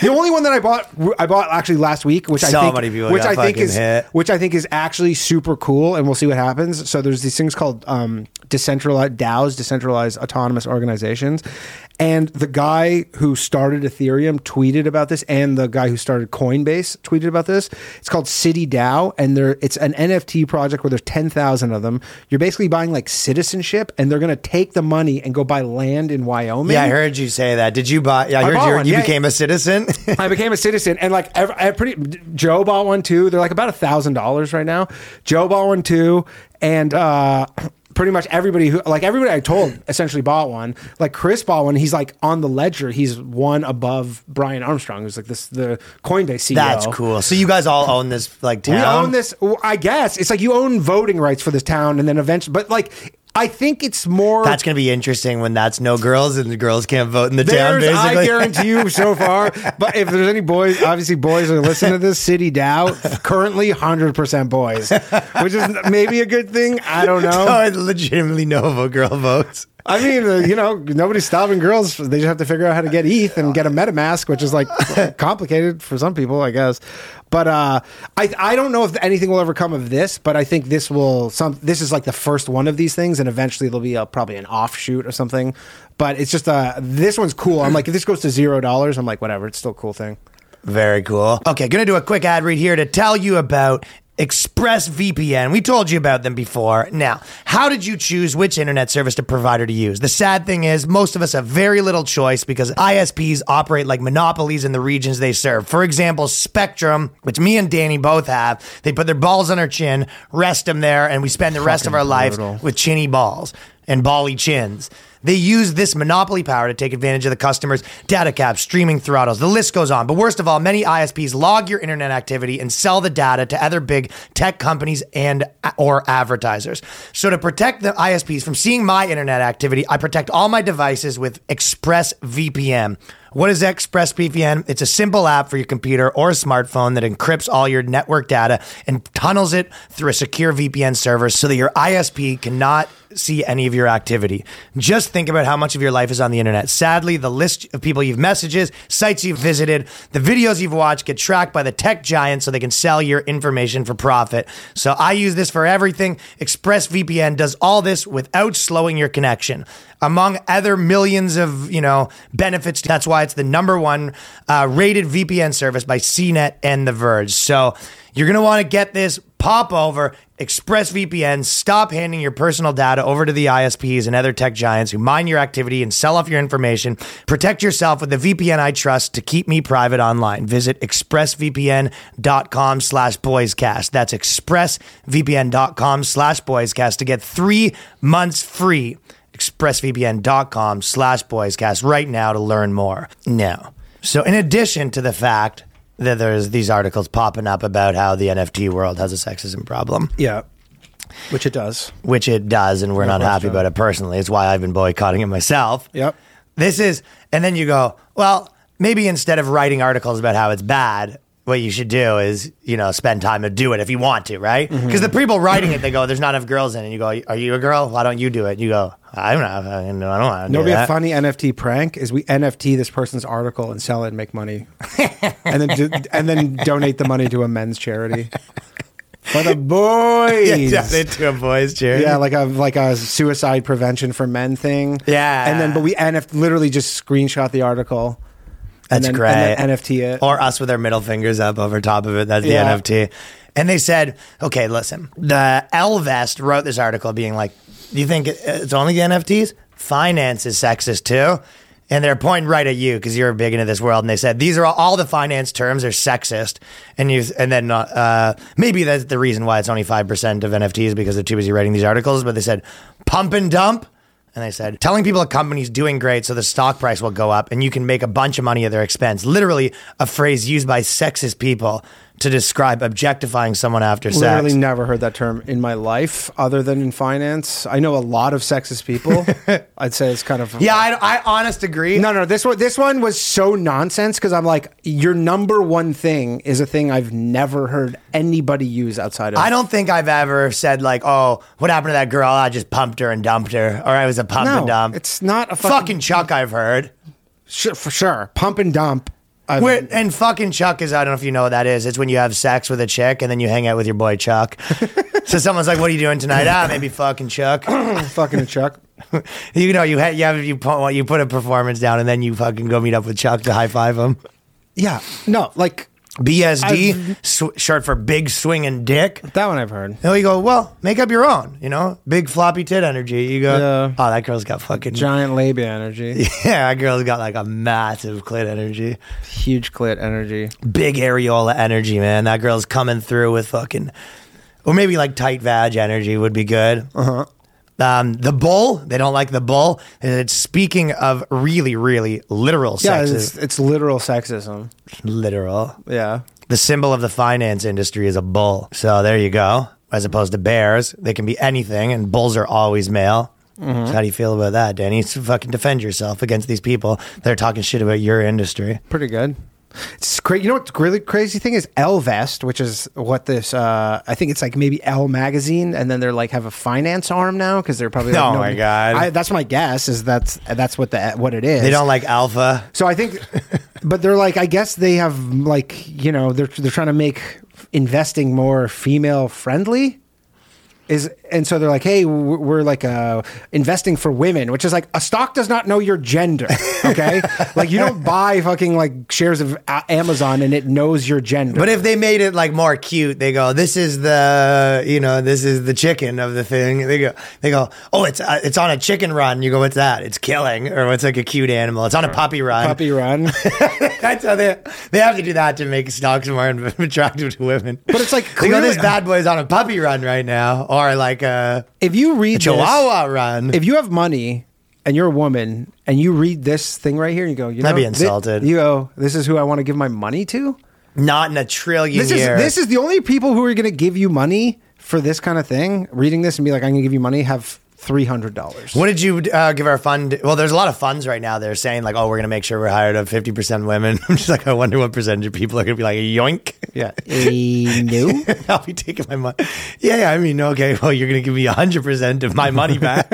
the only one that I bought, I bought actually last week, which
So
I think,
many people
which
got
I think
fucking
is,
hit.
which I think is actually super cool, and we'll see what happens. So there's these things called um, decentralized DAOs, decentralized autonomous organizations, and the guy who started Ethereum tweeted about this, and the guy who started Coinbase tweeted about this. It's called City DAO, and there it's an NFT project where there's ten thousand of them. You're basically buying like citizenship, and they're gonna take the money and go buy land in Wyoming.
Yeah, I heard you say that. Did you buy? Yeah, I,
I
heard
bought
you,
one,
you
yeah.
became a citizen.
I became a citizen, and like ev I pretty Joe bought one too. They're like about a thousand dollars right now. Joe bought one too, and uh, pretty much everybody who like everybody I told essentially bought one. Like Chris bought one. He's like on the ledger. He's one above Brian Armstrong, who's like this the Coinbase CEO.
That's cool. So you guys all own this like town.
We own this. well, I guess it's like you own voting rights for this town, and then eventually, but like I think it's more.
That's gonna be interesting when that's no girls and the girls can't vote in the town.
There's,
Basically,
I guarantee you so far. But if there's any boys, obviously boys are listening to this city doubt. Currently, hundred percent boys, which is maybe a good thing. I don't
so
know.
I legitimately know if a girl votes.
I mean, uh, you know, nobody's stopping girls. They just have to figure out how to get ETH and get a MetaMask, which is like complicated for some people, I guess. But uh, I I don't know if anything will ever come of this, but I think this will some. This is like the first one of these things, and eventually there'll be a, probably an offshoot or something. But it's just uh, this one's cool. I'm like, if this goes to zero dollars, I'm like, whatever. It's still a cool thing.
Very cool. Okay, gonna do a quick ad read here to tell you about ExpressVPN. We told you about them before. Now, how did you choose which internet service to provider to use? The sad thing is, most of us have very little choice because ISPs operate like monopolies in the regions they serve. For example, Spectrum, which me and Danny both have, they put their balls on our chin, rest them there, and we spend the rest of our lives
brutal.
with chinny balls and bally chins. They use this monopoly power to take advantage of the customers' data caps, streaming throttles. The list goes on. But worst of all, many ISPs log your internet activity and sell the data to other big tech companies and or advertisers. So to protect the ISPs from seeing my internet activity, I protect all my devices with ExpressVPN. What is ExpressVPN? It's a simple app for your computer or smartphone that encrypts all your network data and tunnels it through a secure VPN server so that your ISP cannot see any of your activity. Just think about how much of your life is on the internet. Sadly, the list of people you've messages, sites you've visited, the videos you've watched get tracked by the tech giants so they can sell your information for profit. So I use this for everything. ExpressVPN does all this without slowing your connection. Among other millions of you know benefits, that's why it's the number one uh, rated VPN service by CNET and The Verge. So you're gonna want to get this. Pop over ExpressVPN. Stop handing your personal data over to the ISPs and other tech giants who mine your activity and sell off your information. Protect yourself with the VPN I trust to keep me private online. Visit expressvpn.com slash boyscast. That's expressvpn.com slash boyscast to get three months free. Expressvpn.com slash boyscast right now to learn more. Now, so in addition to the fact that there's these articles popping up about how the NFT world has a sexism problem,
Yeah. Which it does.
which it does, and we're not happy
question.
about it personally. It's why I've been boycotting it myself.
Yep.
This is, and then you go, well, maybe instead of writing articles about how it's bad, what you should do is, you know, spend time to do it if you want to, right? Because the people writing it, they go, "There's not enough girls in," it. and you go, "Are you a girl? Why don't you do it?" And you go, "I don't know. I don't want to."
No,
do
be a
that."
funny NFT prank is we NFT this person's article and sell it and make money, and then do, and then donate the money to a men's charity for the boys.
Yeah, they do a boys' cheer.
Yeah, like a like a suicide prevention for men thing.
Yeah.
and then but we NF literally just screenshot the article.
That's
and then,
great.
And then NFT it.
Or us with our middle fingers up over top of it. That's the
Yeah.
NFT. And they said, okay, listen, the Elvest wrote this article being like, do you think it- it's only the NFTs? Finance is sexist too. And they're pointing right at you because you're big into this world. And they said, these are all, all the finance terms are sexist. And you, and then uh, maybe that's the reason why it's only 5% of NFTs because they're too busy writing these articles. But they said, pump and dump. And they said, telling people a company's doing great so the stock price will go up and you can make a bunch of money at their expense. Literally, a phrase used by sexist people to describe objectifying someone after
Literally
sex.
never heard that term in my life, other than in finance. I know a lot of sexist people. I'd say it's kind of
Yeah, I, I honest agree.
No, no, this one this one was so nonsense because I'm like, your number one thing is a thing I've never heard anybody use outside of.
I don't think I've ever said, like, oh, what happened to that girl? I just pumped her and dumped her. Or I was a pump and dump.
it's not a
fucking,
fucking,
Chuck, I've heard.
sure, for sure. Pump and dump. I've-
Where, and fucking Chuck is, I don't know if you know what that is. It's when you have sex with a chick and then you hang out with your boy Chuck. so someone's like, what are you doing tonight? ah, maybe fucking Chuck.
fucking a Chuck.
You know, you had you have you put you put a performance down, and then you fucking go meet up with Chuck to high five him.
Yeah, no, like
BSD, sw- short for big swinging dick.
that one I've heard.
And we go, well, make up your own. You know, big floppy tit energy. You go,
Yeah.
oh, that girl's got fucking
Giant labia energy,
yeah, that girl's got like a massive clit energy,
huge clit energy.
big areola energy, man. That girl's coming through with fucking, or maybe like tight vag energy would be good. Uh huh.
Uh-huh.
Um, the bull, they don't like the bull. And It's speaking of really, really literal
Yeah,
sexism.
it's, it's literal sexism.
literal.
Yeah,
The symbol of the finance industry is a bull. So there you go. As opposed to bears, they can be anything, and bulls are always male. So how do you feel about that, Danny? So fucking defend yourself against these people that are talking shit about your industry.
pretty good. It's cra- You know what? The really crazy thing is L Vest, which is what this. Uh, I think it's like maybe L Magazine, and then they're like have a finance arm now because they're probably. Like,
Oh my
nobody-
God.
I, that's my guess. Is that's that's what the what it is.
They don't like alpha.
So I think, but they're like, I guess they have like you know they're they're trying to make investing more female friendly. Is and so they're like, hey, we're we're like uh, investing for women, which is like a stock does not know your gender. Okay, like you don't buy fucking like shares of A- Amazon and it knows your gender.
But if they made it like more cute, they go, "This is the you know, this is the chicken of the thing." They go, "They go, oh, it's uh, it's on a chicken run." You go, "What's that? It's killing, or it's like a cute animal. It's on a puppy run."
puppy run.
That's how they they have to do that to make stocks more attractive to women.
But it's like
they go, this
clearly-
bad boy's on a puppy run right now, or like a
if you read this,
Chihuahua run.
if you have money and you're a woman and you read this thing right here and you go, you know,
I'd be
thi-
insulted.
you go, this is who I want to give my money to.
Not in a trillion
This is
years.
this is the only people who are going to give you money for this kind of thing. Reading this and be like, I'm going to give you money. Have three hundred dollars.
What did you uh, give our fund? Well, there's a lot of funds right now. They're saying like, oh, we're gonna make sure we're hired of fifty percent women. I'm just like, I wonder what percentage of people are gonna be like, yoink.
Yeah,
no.
I'll be taking my money. Yeah, yeah, I mean, okay, well, you're gonna give me hundred percent of my money back.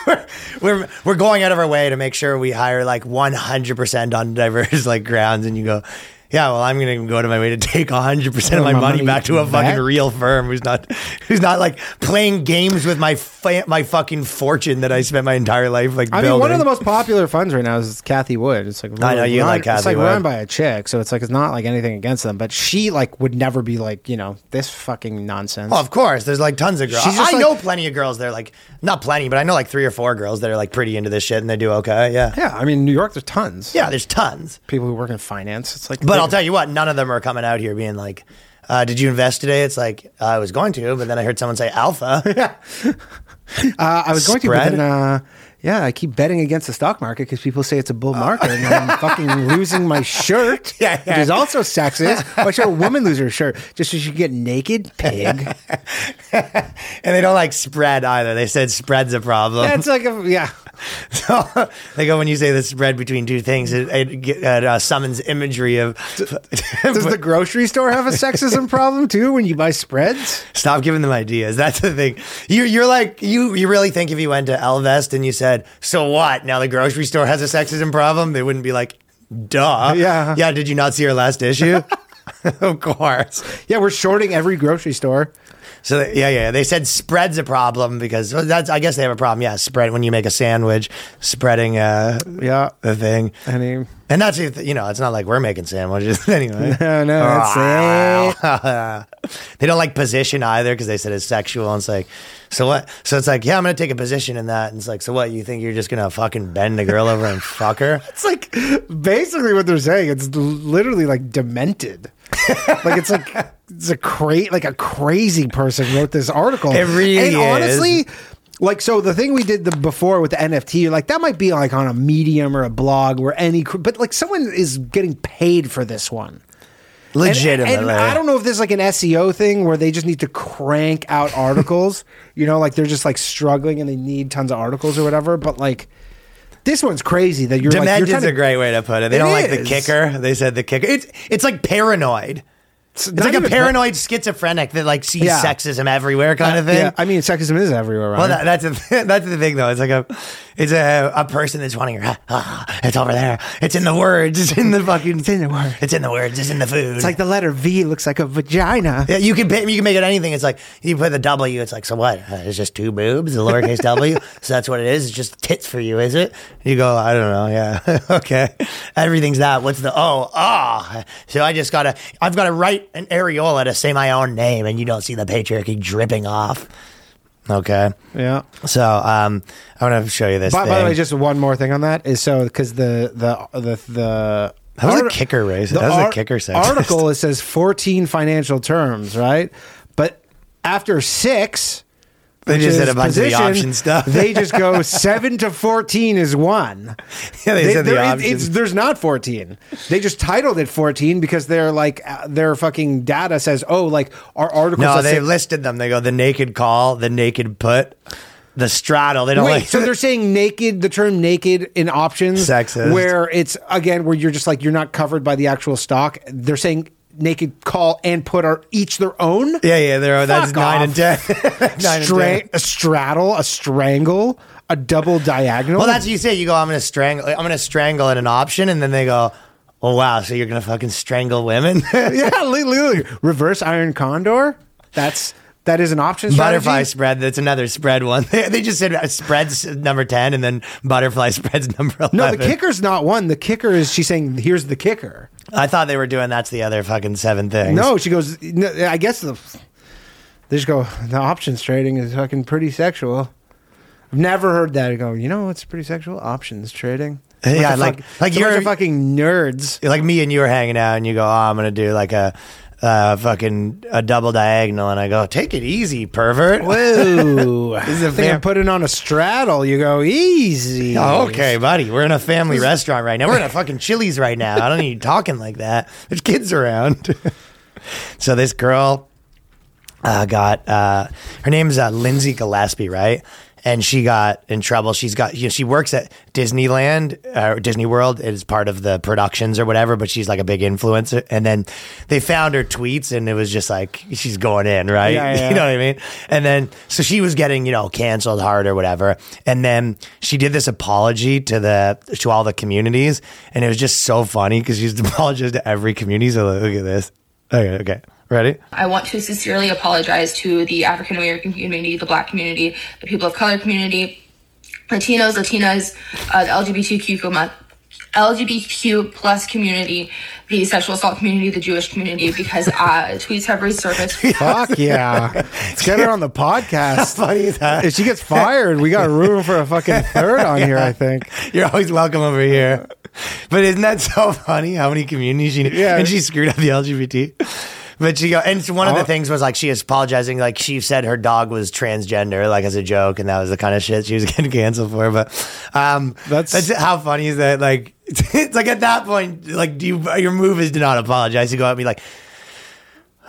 we're, we're we're going out of our way to make sure we hire like one hundred percent on diverse like grounds, and you go. Yeah, well, I'm gonna go to my way to take 100 percent of my,
my
money,
money
back to a
back?
fucking real firm who's not, who's not like playing games with my fa- my fucking fortune that I spent my entire life like
I
building.
mean, one of the most popular funds right now is Kathy Wood. It's like
I know you
run-
like
It's
Kathy
like
Wood.
run by a chick, so it's like it's not like anything against them, but she like would never be like you know this fucking nonsense.
Oh, of course. There's like tons of girls.
She's
I
just like-
know plenty of girls that are like, not plenty, but I know like three or four girls that are like pretty into this shit and they do okay. Yeah.
yeah, I mean, New York, there's tons.
Yeah, there's tons.
people who work in finance. It's like,
But I'll tell you what, none of them are coming out here being like, uh, did you invest today? It's like, I was going to, but then I heard someone say alpha.
uh, I was going
spread.
to, but then, uh, yeah, I keep betting against the stock market because people say it's a bull market, and I'm fucking losing my shirt,
Yeah, yeah.
which is also sexist. Why should a woman lose her shirt just so she can get naked, pig?
and they don't like spread either. They said spread's a problem.
That's like, a, yeah,
so they go, when you say the spread between two things, it, it, get- it uh, summons imagery of.
Does the grocery store have a sexism problem too when you buy spreads?
Stop giving them ideas. That's the thing. You're, you're like, you, you really think if you went to Elvest and you said, so what? Now the grocery store has a sexism problem? They wouldn't be like, duh.
Yeah.
Yeah. Did you not see our last issue? of course.
Yeah, we're shorting every grocery store.
So they, yeah, yeah. They said spread's a problem because well, that's, I guess they have a problem. Yeah. Spread when you make a sandwich, spreading, uh,
Yeah.
the thing.
I mean,
And that's, if- you know, it's not like we're making sandwiches anyway.
no, no, that's it.
they don't like position either because they said it's sexual. And it's like, so what? So it's like, yeah, I'm gonna take a position in that. And it's like, so what? You think you're just gonna fucking bend the girl over and fuck her?
It's like basically what they're saying. It's l- literally like demented. like it's like it's a cra- like a crazy person wrote this article.
It really
and
is.
honestly. Like so, the thing we did the, before with the NFT, like that might be like on a medium or a blog where any, cr- but like someone is getting paid for this one. And-
Legitimately,
And, I don't know if there's like an SEO thing where they just need to crank out articles. you know, like they're just like struggling and they need tons of articles or whatever. But like this one's crazy that you're like you're
Demanded's
trying to
a great way to put it. They
It
don't like the
is.
kicker. They said the kicker. It's it's like paranoid. It's,
not
like a
even-
paranoid schizophrenic that like sees
Yeah. Uh,
sexism everywhere kind of thing.
Yeah, I mean, sexism is everywhere, right?
Well, that, that's a, that's the thing though. It's like a it's a a person that's wanting her. Ah, ah, it's over there. It's in the words. It's in the fucking. It's
in the words.
It's in the words. It's in the food.
it's like the letter V looks like a vagina.
Yeah, you can pay, you can make it anything. It's like you put the W. It's like so what? Uh, it's just two boobs, the lowercase W. So that's what it is. It's just tits for you, is it? You go. I don't know. Yeah. okay. Everything's that. What's the oh ah? So I just gotta. I've gotta write an areola to say my own name, and you don't see the patriarchy dripping off. Okay.
Yeah.
So um, I want to show you this.
By, by the
thing.
way, just one more thing on that is so because the the the the
How's the
art-
kicker racist? How's the
ar-
kicker sexist?
article? It says fourteen financial terms, right? But after six,
They
which
just
is
did a bunch of the option stuff.
they just go seven to fourteen is one.
Yeah, they
They-
said the
there is-
option.
it's- there's not 14. They just titled it 14 because they're like uh, their fucking data says, oh, like our articles.
No,
let's
they
say-
listed them. They go the naked call, the naked put, the straddle. They don't
Wait,
like.
so they're saying naked, the term naked in options,
Sexist.
where it's again where you're just like you're not covered by the actual stock. They're saying naked call and put are each their own.
yeah, yeah. They're that's
Fuck
nine and
off.
ten. Nine and
Stra-
ten.
a straddle, a strangle, a double diagonal.
Well, that's what you say. You go. I'm gonna strangle. I'm gonna strangle in an option, and then they go. Oh wow! So you're gonna fucking strangle women?
yeah, li- literally reverse iron condor. That's that is an option. Strategy.
butterfly spread. That's another spread one. They, they just said uh, spreads number ten, and then butterfly spreads number eleven.
No, the kicker's not one. The kicker is she's saying, "Here's the kicker."
I thought they were doing that's the other fucking seven things.
No, she goes. No, I guess the they just go. The options trading is fucking pretty sexual. I've never heard that. I go. You know what's pretty sexual? Options trading. Bunch
Yeah,
of
like- like
a bunch
you're-
of fucking nerds.
like me and you are hanging out and you go, oh, I'm going to do like a, uh, fucking a double diagonal. And I go, take it easy, pervert.
Whoa!
This is a
Think
fam-
I'm putting on a straddle. You go easy.
Oh, okay, buddy. We're in a family restaurant right now. We're in a fucking Chili's right now. I don't need you talking like that. There's kids around. so this girl uh, got uh, her name's uh, Lindsay Gillespie, right? and she got in trouble. She's got you know, she works at Disneyland uh, or Disney World as part of the productions or whatever, but she's like a big influencer. And then they found her tweets, and it was just like she's going in, right?
Yeah, yeah.
You know what I mean? And then so she was getting you know canceled hard or whatever, and then she did this apology to the to all the communities, and it was just so funny because she's apologized to every community. So look at this. Okay, okay, ready?
I want to sincerely apologize to the African American community, the Black community, the people of color community, Latinos, Latinas, uh, the LGBTQ com- LGBTQ plus community, the sexual assault community, the Jewish community, because uh, tweets have resurfaced.
Fuck yeah. Let's get her on the podcast.
Funny as hell.
If she gets fired, we got room for a fucking third on here, I think.
You're always welcome over here. But isn't that so funny? How many communities she knew?
Yeah.
And she screwed up the LGBT. But she go and it's one of
Oh.
the things was like she is apologizing, like she said her dog was transgender, like as a joke, and that was the kind of shit she was getting canceled for. But um,
That's-
that's, how funny is that? Like it's like at that point, like do you your move is to not apologize. You go at me like.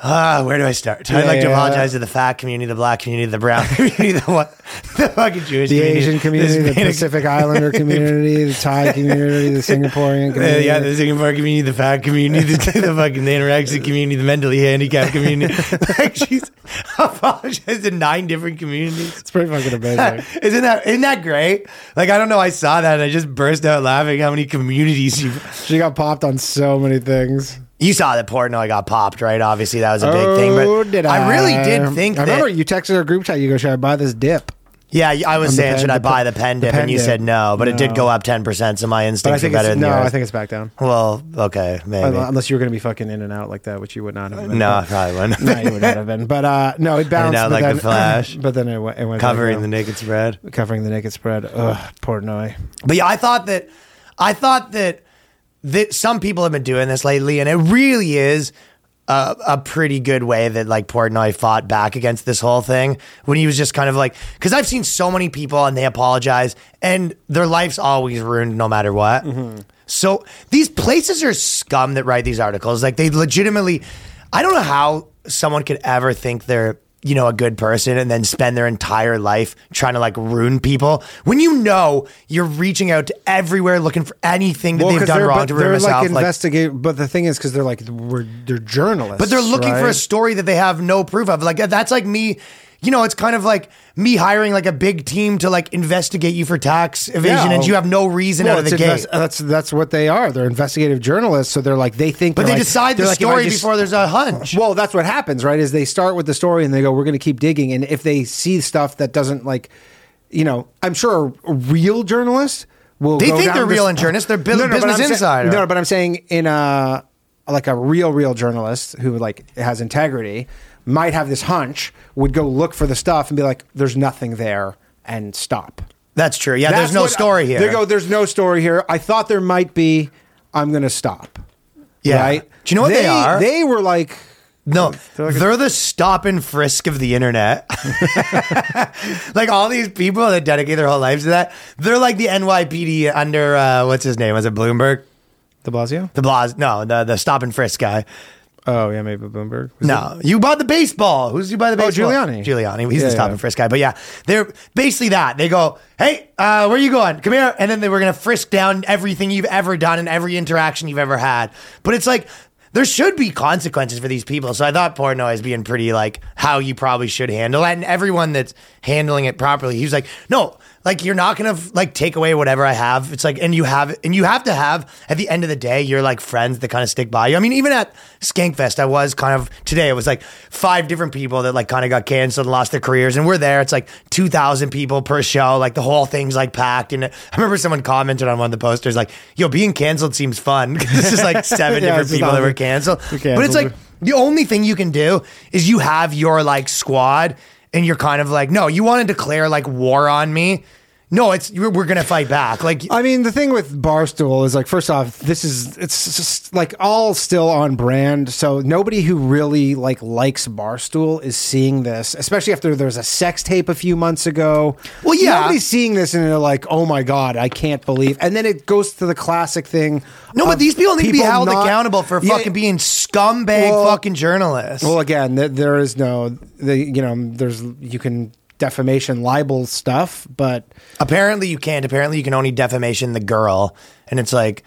Ah, where do I start? I'd
Yeah,
like to
yeah.
apologize to the fat community, the black community, the brown community, the what, the fucking Jewish
The
community,
Asian
this
community, the
Hispanic-
Pacific Islander community, the Thai community, the Singaporean
Uh,
community.
yeah, the Singapore community, the fat community, the, the fucking the anorexic community, the mentally handicapped community. like she's apologized to nine different communities.
it's pretty fucking amazing.
Isn't that isn't that great? Like I don't know, I saw that and I just burst out laughing. How many communities you
she got popped on so many things.
you saw that Portnoy got popped, right? Obviously, that was a big
oh,
thing. But
did I?
I really did think
I remember
that.
you texted our group chat. You go, should I buy this dip?
yeah, I was
On the
saying,
pen-
should I
the
buy
pen-
the pen
the
dip?
pen
and you
dip.
said no, but it did
No.
go up ten percent. So my
But I
instincts are
think
better
it's,
than
no.
yours.
I think it's back down.
well, okay, maybe.
Unless you were going to be fucking in and out like that, which you would not have. Been.
no, I probably wouldn't.
no, you would not have been. But uh, no, it bounced.
out
but
like a
then,
flash.
But then it went, it went back
Covering the
down.
naked spread.
covering the naked spread. Ugh, Portnoy.
But yeah, I thought that I thought that that some people have been doing this lately, and it really is a, a pretty good way that like Portnoy fought back against this whole thing when he was just kind of like because I've seen so many people and they apologize and their life's always ruined no matter what. So these places are scum that write these articles. Like they legitimately, I don't know how someone could ever think they're you know a good person and then spend their entire life trying to like ruin people when you know you're reaching out to everywhere looking for anything that they've
'cause
done
they're,
wrong
but
to ruin
they're
myself.
like
like-
investigate. but the thing is, because they're like we're they're journalists,
but they're looking for a
right?
story that they have no proof of. Like that's like me, you know, it's kind of like me hiring like a big team to like investigate you for tax evasion, and you have no reason
Well,
out of the
it's
gate.
invest- that's that's what they are. They're investigative journalists, so they're like they think.
but
they're
they
like-
decide the
they're like, if I
story
just-
before there's a hunch.
Well, that's what happens, right? Is they start with the story and they go, "We're going to keep digging." And if they see stuff that doesn't like, you know, I'm sure a real journalist will.
They
go
think
down
they're
this-
real in journalists. They're bu-
but
business
I'm sa-
insider.
no, but I'm saying in a like a real, real journalist who like has integrity might have this hunch, would go look for the stuff and be like, "There's nothing there," and stop.
That's true. Yeah,
That's
there's no
what-
story here.
They go, "There's no story here." I thought there might be. I'm going to stop.
Yeah.
Right?
Do you know what they are?
They were like.
No, they're the stop and frisk of the internet. like all these people that dedicate their whole lives to that, they're like the NYPD under uh, what's his name? Was it Bloomberg?
De Blasio?
The Blas? No, the the stop and frisk guy.
Oh yeah, maybe Bloomberg. Was it-
No, you bought the baseball. Who's you buy the
Oh,
baseball?
Giuliani.
Giuliani. He's
Yeah,
the stop
yeah.
and frisk guy. But yeah, they're basically that. They go, hey, uh, where you going? Come here. And then they were going to frisk down everything you've ever done and every interaction you've ever had. But it's like, there should be consequences for these people. So I thought Portnoy is being pretty like how you probably should handle it. And everyone that's handling it properly, he's like, no, like you're not gonna like take away whatever I have. It's like, and you have, and you have to have at the end of the day, you're like friends that kind of stick by you. I mean, even at Skankfest, I was kind of today. It was like five different people that like kind of got canceled and lost their careers, and we're there. It's like two thousand people per show. Like the whole thing's like packed. And I remember someone commented on one of the posters like, "Yo, being canceled seems fun." 'Cause it's just like seven
Yeah,
different
it's just
people
all
that were
the-
canceled.
who canceled
But it's like
it.
the only thing you can do is you have your like squad and you're kind of like, no, you want to declare like war on me. No, it's we're, we're gonna fight back. Like
I mean, the thing with Barstool is like, first off, this is it's just like all still on brand. So nobody who really like likes Barstool is seeing this, especially after there was a sex tape a few months ago.
Well, yeah.
nobody's seeing this and they're like, oh my god, I can't believe. And then it goes to the classic thing.
no, but
of
these people need to be held
uh, not-
accountable for
Yeah,
fucking being scumbag
Well-
fucking journalists.
Well, again, th- there is no, the, you know, there's you can defamation, libel stuff, but
Apparently you can't. Apparently you can only defamation the girl, and it's like,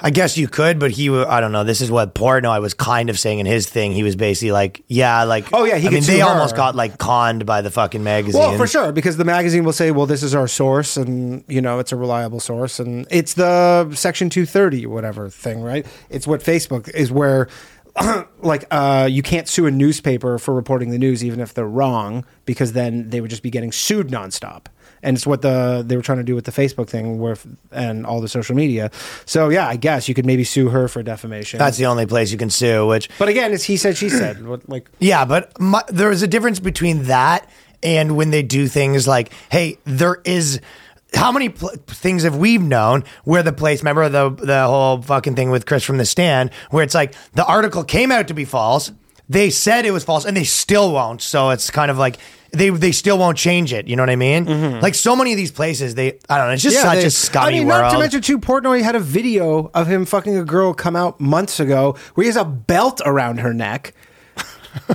I guess you could, but he. wa- I don't know. This is what Portnoy was kind of saying in his thing. He was basically like, yeah, like,
Oh, yeah, he
I
could
mean, they
sue her.
almost got like conned by the fucking magazine.
Well, for sure, because the magazine will say, "Well, this is our source, and you know it's a reliable source, and it's the Section 230 whatever thing, right? It's what Facebook is where." like uh, you can't sue a newspaper for reporting the news even if they're wrong because then they would just be getting sued nonstop and it's what the they were trying to do with the facebook thing where and all the social media so yeah i guess you could maybe sue her for defamation
That's the only place you can sue. Which
but again it's he said she said What- like
Yeah, but my, there is a difference between that and when they do things like, hey, there is. How many pl- things have we known where the place? Remember the the whole fucking thing with Chris from the stand, where it's like the article came out to be false. They said it was false, and they still won't. So it's kind of like they they still won't change it. You know what I mean? Like so many of these places, they I don't know. It's just such
Mm-hmm. they-
a scummy
I mean,
world.
not to mention too, Portnoy had a video of him fucking a girl come out months ago where he has a belt around her neck.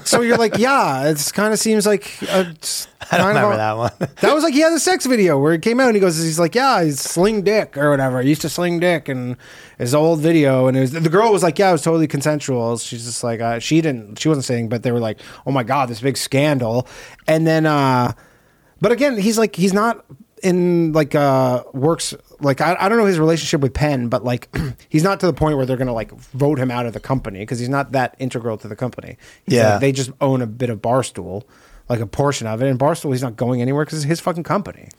so you're like, yeah, it kind of seems like a,
I don't remember that one.
That was like he had a sex video where it came out and he goes, he's like, yeah, he's sling dick or whatever. He used to sling dick and his old video. And it was, the girl was like, yeah, it was totally consensual. She's just like, uh, she didn't, she wasn't saying, but they were like, oh my God, this big scandal. And then, uh, but again, he's like, he's not in like, uh, works, like, I, I don't know his relationship with Penn, but like, he's not to the point where they're going to like vote him out of the company because he's not that integral to the company. He's
Yeah.
like, they just own a bit of Barstool, like a portion of it. And Barstool, he's not going anywhere because it's his fucking company.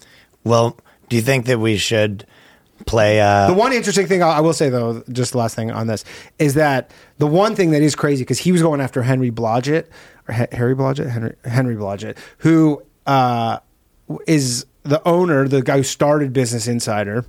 Well, do you think that we should play? Uh,
The one interesting thing I I will say though, just the last thing on this, is that the one thing that is crazy because he was going after Henry Blodgett or H- Harry Blodgett, Henry Henry Blodgett, who uh, w- is the owner, the guy who started Business Insider,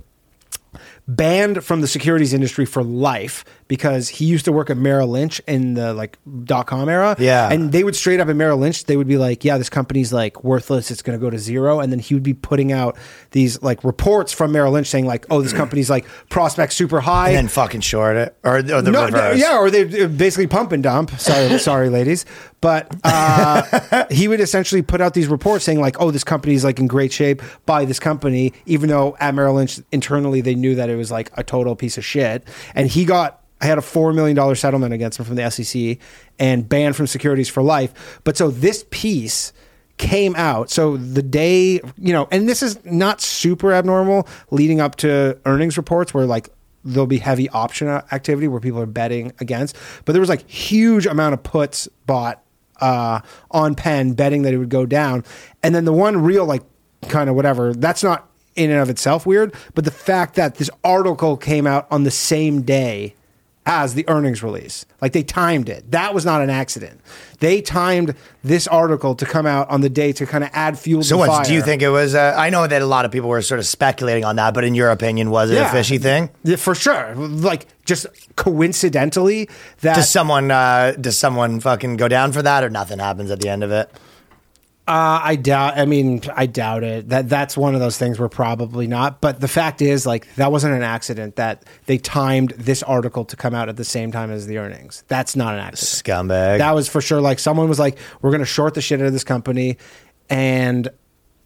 banned from the securities industry for life because he used to work at Merrill Lynch in the like dot com era.
Yeah.
and they would straight up at Merrill Lynch, they would be like, "Yeah, this company's like worthless. It's going to go to zero. And then he would be putting out these like reports from Merrill Lynch saying like, "Oh, this company's like prospects super high."
and then fucking short it or, or the
no, no,
reverse.
yeah, or they would basically pump and dump. Sorry, sorry, ladies, but uh, he would essentially put out these reports saying like, "Oh, this company's like in great shape. Buy this company," even though at Merrill Lynch internally they knew that it was like a total piece of shit. And he got, I had a four million dollar settlement against him from the SEC and banned from securities for life. But so this piece came out. So the day, you know, and this is not super abnormal leading up to earnings reports where like there'll be heavy option activity where people are betting against, but there was like huge amount of puts bought uh on Penn betting that it would go down. And then the one real like kind of whatever, that's not in and of itself weird, but the fact that this article came out on the same day as the earnings release. Like they timed it. That was not an accident. They timed this article to come out on the day to kind of add fuel to
So
the
what
fire.
do you think it was? Uh, I know that a lot of people were sort of speculating on that, but in your opinion, was it
Yeah.
a fishy thing?
Yeah, for sure. Like just coincidentally that
Does someone uh, does someone fucking go down for that, or nothing happens at the end of it?
Uh, I doubt. I mean, I doubt it. That that's one of those things where probably not. But the fact is, like, that wasn't an accident. That they timed this article to come out at the same time as the earnings. That's not an accident.
Scumbag.
That was for sure. Like, someone was like, "We're going to short the shit out of this company," and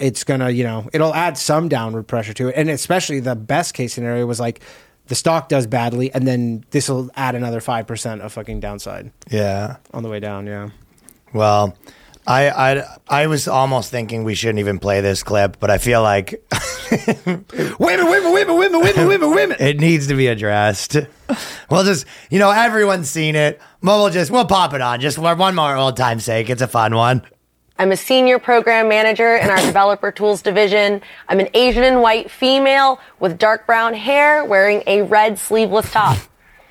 it's gonna, you know, it'll add some downward pressure to it. And especially the best case scenario was like. The stock does badly, and then this will add another five percent of fucking downside
yeah.
on the way down. Yeah,
Well, I, I I was almost thinking we shouldn't even play this clip, but I feel like
women, women, women, women, women, women, women.
it needs to be addressed. We'll just, you know, everyone's seen it. Well, We'll just we'll pop it on just for one more old time's sake. It's a fun one.
I'm a senior program manager in our developer tools division. I'm an Asian and white female with dark brown hair wearing a red sleeveless top.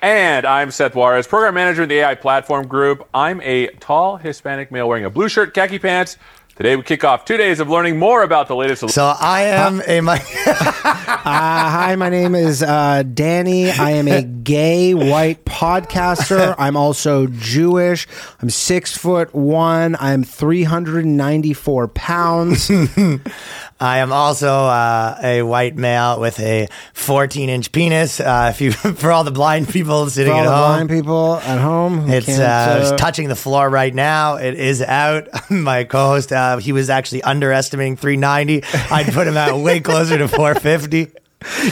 And I'm Seth Juarez, program manager in the AI platform group. I'm a tall Hispanic male wearing a blue shirt, khaki pants. Today we kick off two days of learning more about the latest.
So I am a mi-
Uh, hi, my name is uh, Danny. I am a gay white podcaster. I'm also Jewish. I'm six foot one. I'm 394 pounds.
I am also uh, a white male with a 14 inch penis. Uh, if you for all the blind people sitting
For all
at
the
home,
blind people at home, who
It's
can't,
uh, it's
uh,
touching the floor right now. It is out. My co-host, uh, he was actually underestimating 390. I'd put him out way closer to 450.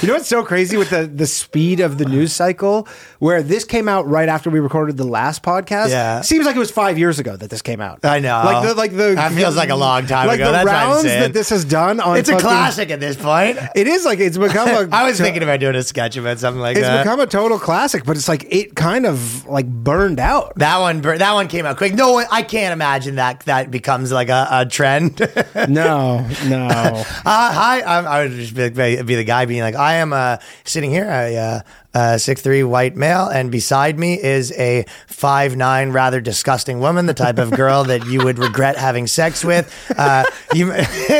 You know what's so crazy with the, the speed of the news cycle? Where this came out right after we recorded the last podcast.
Yeah.
Seems like it was five years ago that this came out.
I know.
Like the like the
That feels like a long time
like
ago.
The
That's what I'm
rounds
saying.
that this has done on
It's a
fucking-
classic at this point.
It is like it's become a
I was thinking about doing a sketch about something like
it's
that.
become a total classic, but it's like it kind of like burned out.
that one, bur- that one came out quick. No, one- I can't imagine that that becomes like a, a trend.
No, no.
Uh, hi, I'm, I would just be, be the guy being like, I am uh, sitting here, a uh, uh, six three white male, and beside me is a five nine rather disgusting woman, the type of girl that you would regret having sex with. Uh, you,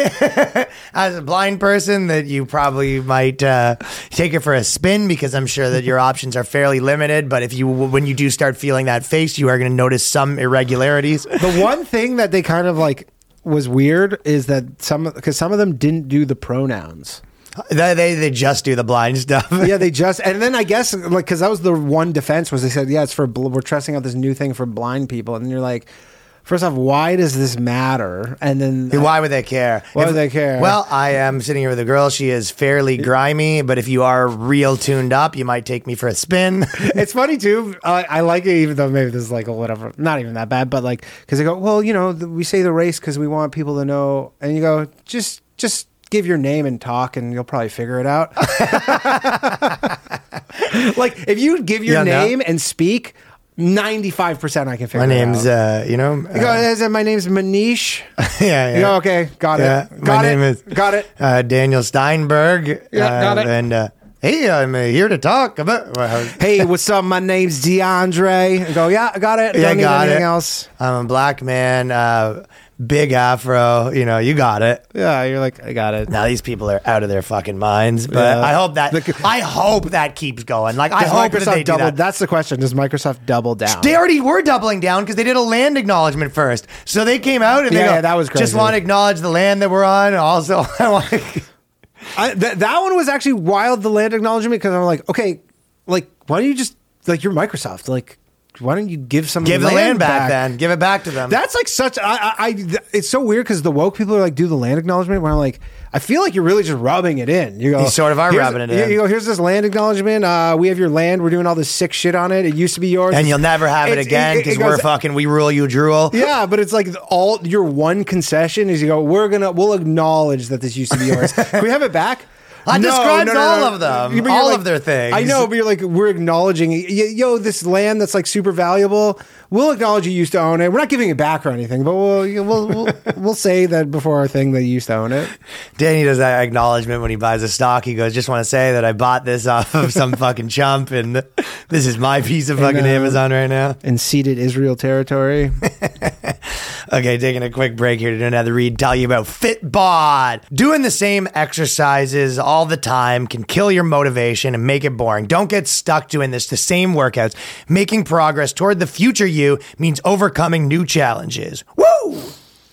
as a blind person, that you probably might uh, take it for a spin because I'm sure that your options are fairly limited. But if you, when you do start feeling that face, you are going to notice some irregularities.
the one thing that they kind of like was weird is that some because some of them didn't do the pronouns.
they, they they just do the blind stuff.
yeah, they just and then I guess like because that was the one defense was they said yeah it's for bl- we're testing out this new thing for blind people and then you're like first off why does this matter and then
Yeah, Why would they care?
Why
If-
would they care?
Well, I am sitting here with a girl. She is fairly grimy, but if you are real tuned up, you might take me for a spin.
it's funny too I, I like it even though maybe this is like a whatever not even that bad but like because they go well you know th- we say the race because we want people to know and you go just just give your name and talk and you'll probably figure it out like if you give your
Yeah, no.
name and speak 95% I can figure
My
it out
name's, uh, you know,
You go,
uh,
is it- my name's Manish.
yeah, yeah.
You go, okay, got
Yeah,
it.
my
Got
name
it.
is-
got it.
uh, Daniel Steinberg.
Yeah,
uh,
got it.
And uh, hey, I'm uh, here to talk about. well,
Hey, what's up? My name's DeAndre. You go, yeah, I got it.
Yeah,
Don't need
got
anything
it.
else.
I'm a black man, uh, big afro. You know, you got it.
Yeah, you're like, I got it.
Now these people are out of their fucking minds, but
Yeah.
I hope that
The-
I hope that keeps going. Like I
Does
hope that
Microsoft
they do
double?
that.
That's the question. Does Microsoft double down?
They already were doubling down because they did a land acknowledgement first. So they came out and they
Yeah,
go,
yeah, that was
just
crazy.
want to acknowledge the land that we're on. Also, I want
I, th- that one was actually wild. The land acknowledgement because I'm like, okay, like why don't you just like you're Microsoft? Like why don't you give some
give the land back,
back
then. Give it back to them.
That's like such. I, I, I th- it's so weird because the woke people are like, do the land acknowledgement. Where I'm like, I feel like you're really just rubbing it in. You go,
You sort of are
"Here's-
rubbing it
you-
in."
You go, here's this land acknowledgement. Uh, we have your land. We're doing all this sick shit on it. It used to be yours,
and you'll never have it
It's-
again because we're
goes-
fucking we rule you drool.
Yeah, but it's like all your one concession is you go, we're gonna, we'll acknowledge that this used to be yours. Can we have it back?
That describes all of them,
But you're
all of their things.
I know, but you're like, we're acknowledging, y- yo, this land that's like super valuable. We'll acknowledge you used to own it. We're not giving it back or anything, but we'll you- we'll we'll, we'll say that before our thing that you used to own it.
Danny does that acknowledgement when he buys a stock. He goes, just want to say that I bought this off of some fucking chump and this is my piece of fucking
uh,
Amazon right now.
And ceded Israel territory.
Okay, taking a quick break here to do another read, tell you about Fitbod. Doing the same exercises all the time can kill your motivation and make it boring. Don't get stuck doing this, the same workouts. Making progress toward the future you means overcoming new challenges. Woo!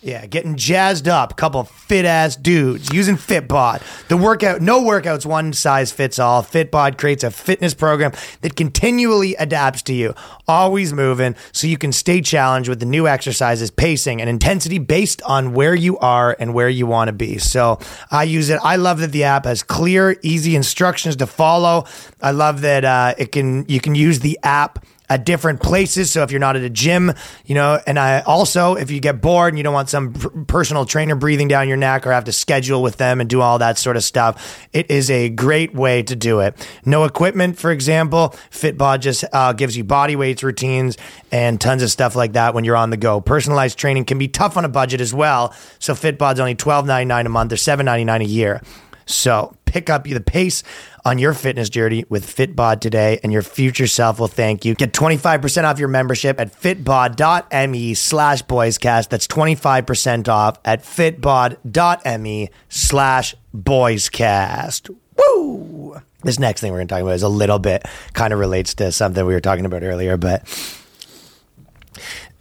Yeah, getting jazzed up, couple fit ass dudes using Fitbod. The workout, no workouts one size fits all. Fitbod creates a fitness program that continually adapts to you, always moving, so you can stay challenged with the new exercises, pacing, and intensity based on where you are and where you want to be. So I use it. I love that the app has clear, easy instructions to follow. I love that uh, it can you can use the app at different places. So if you're not at a gym, you know, and I also, if you get bored and you don't want some pr- personal trainer breathing down your neck or have to schedule with them and do all that sort of stuff, it is a great way to do it. No equipment, for example, Fitbod just uh, gives you body weights routines and tons of stuff like that when you're on the go. Personalized training can be tough on a budget as well. So Fitbod's only $12.99 a month or $7.99 a year. So pick up the pace on your fitness journey with Fitbod today, and your future self will thank you. Get 25% off your membership at fitbod.me slash boyscast. That's 25% off at fitbod.me slash boyscast. Woo!
Ooh.
This next thing we're going to talk about is a little bit kind of relates to something we were talking about earlier, but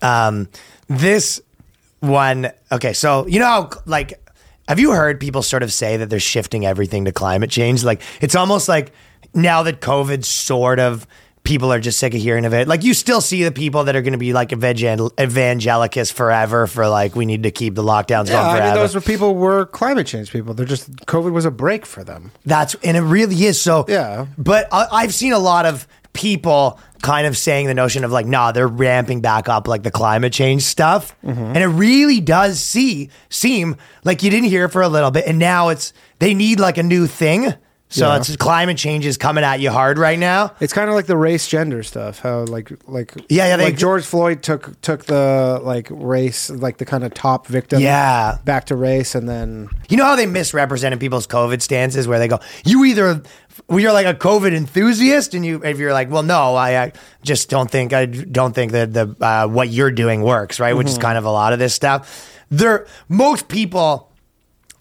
um, this one. Okay, so you know how like have you heard people sort of say that they're shifting everything to climate change? Like it's almost like now that COVID sort of people are just sick of hearing of it. Like you still see the people that are going to be like evangel- evangelicus forever for like we need to keep the lockdowns
Yeah,
going
I
forever.
mean, those were people were climate change people. They're just COVID was a break for them.
That's and it really is so.
Yeah.
But I, I've seen a lot of people kind of saying the notion of like, nah, they're ramping back up like the climate change stuff,
Mm-hmm.
and it really does see seem like you didn't hear it for a little bit, and now it's they need like a new thing. So
Yeah.
it's climate change is coming at you hard right now.
It's kind of like the race gender stuff. How like like
Yeah, yeah, they-
like George Floyd took took the like race like the kind of top victim
Yeah.
back to race and then
You know how they misrepresented people's COVID stances, where they go, "You either well, you're like a COVID enthusiast, and you if you're like, well, no, I, uh just don't think I don't think that the uh, what you're doing works, right? Which is kind of a lot of this stuff. There, most people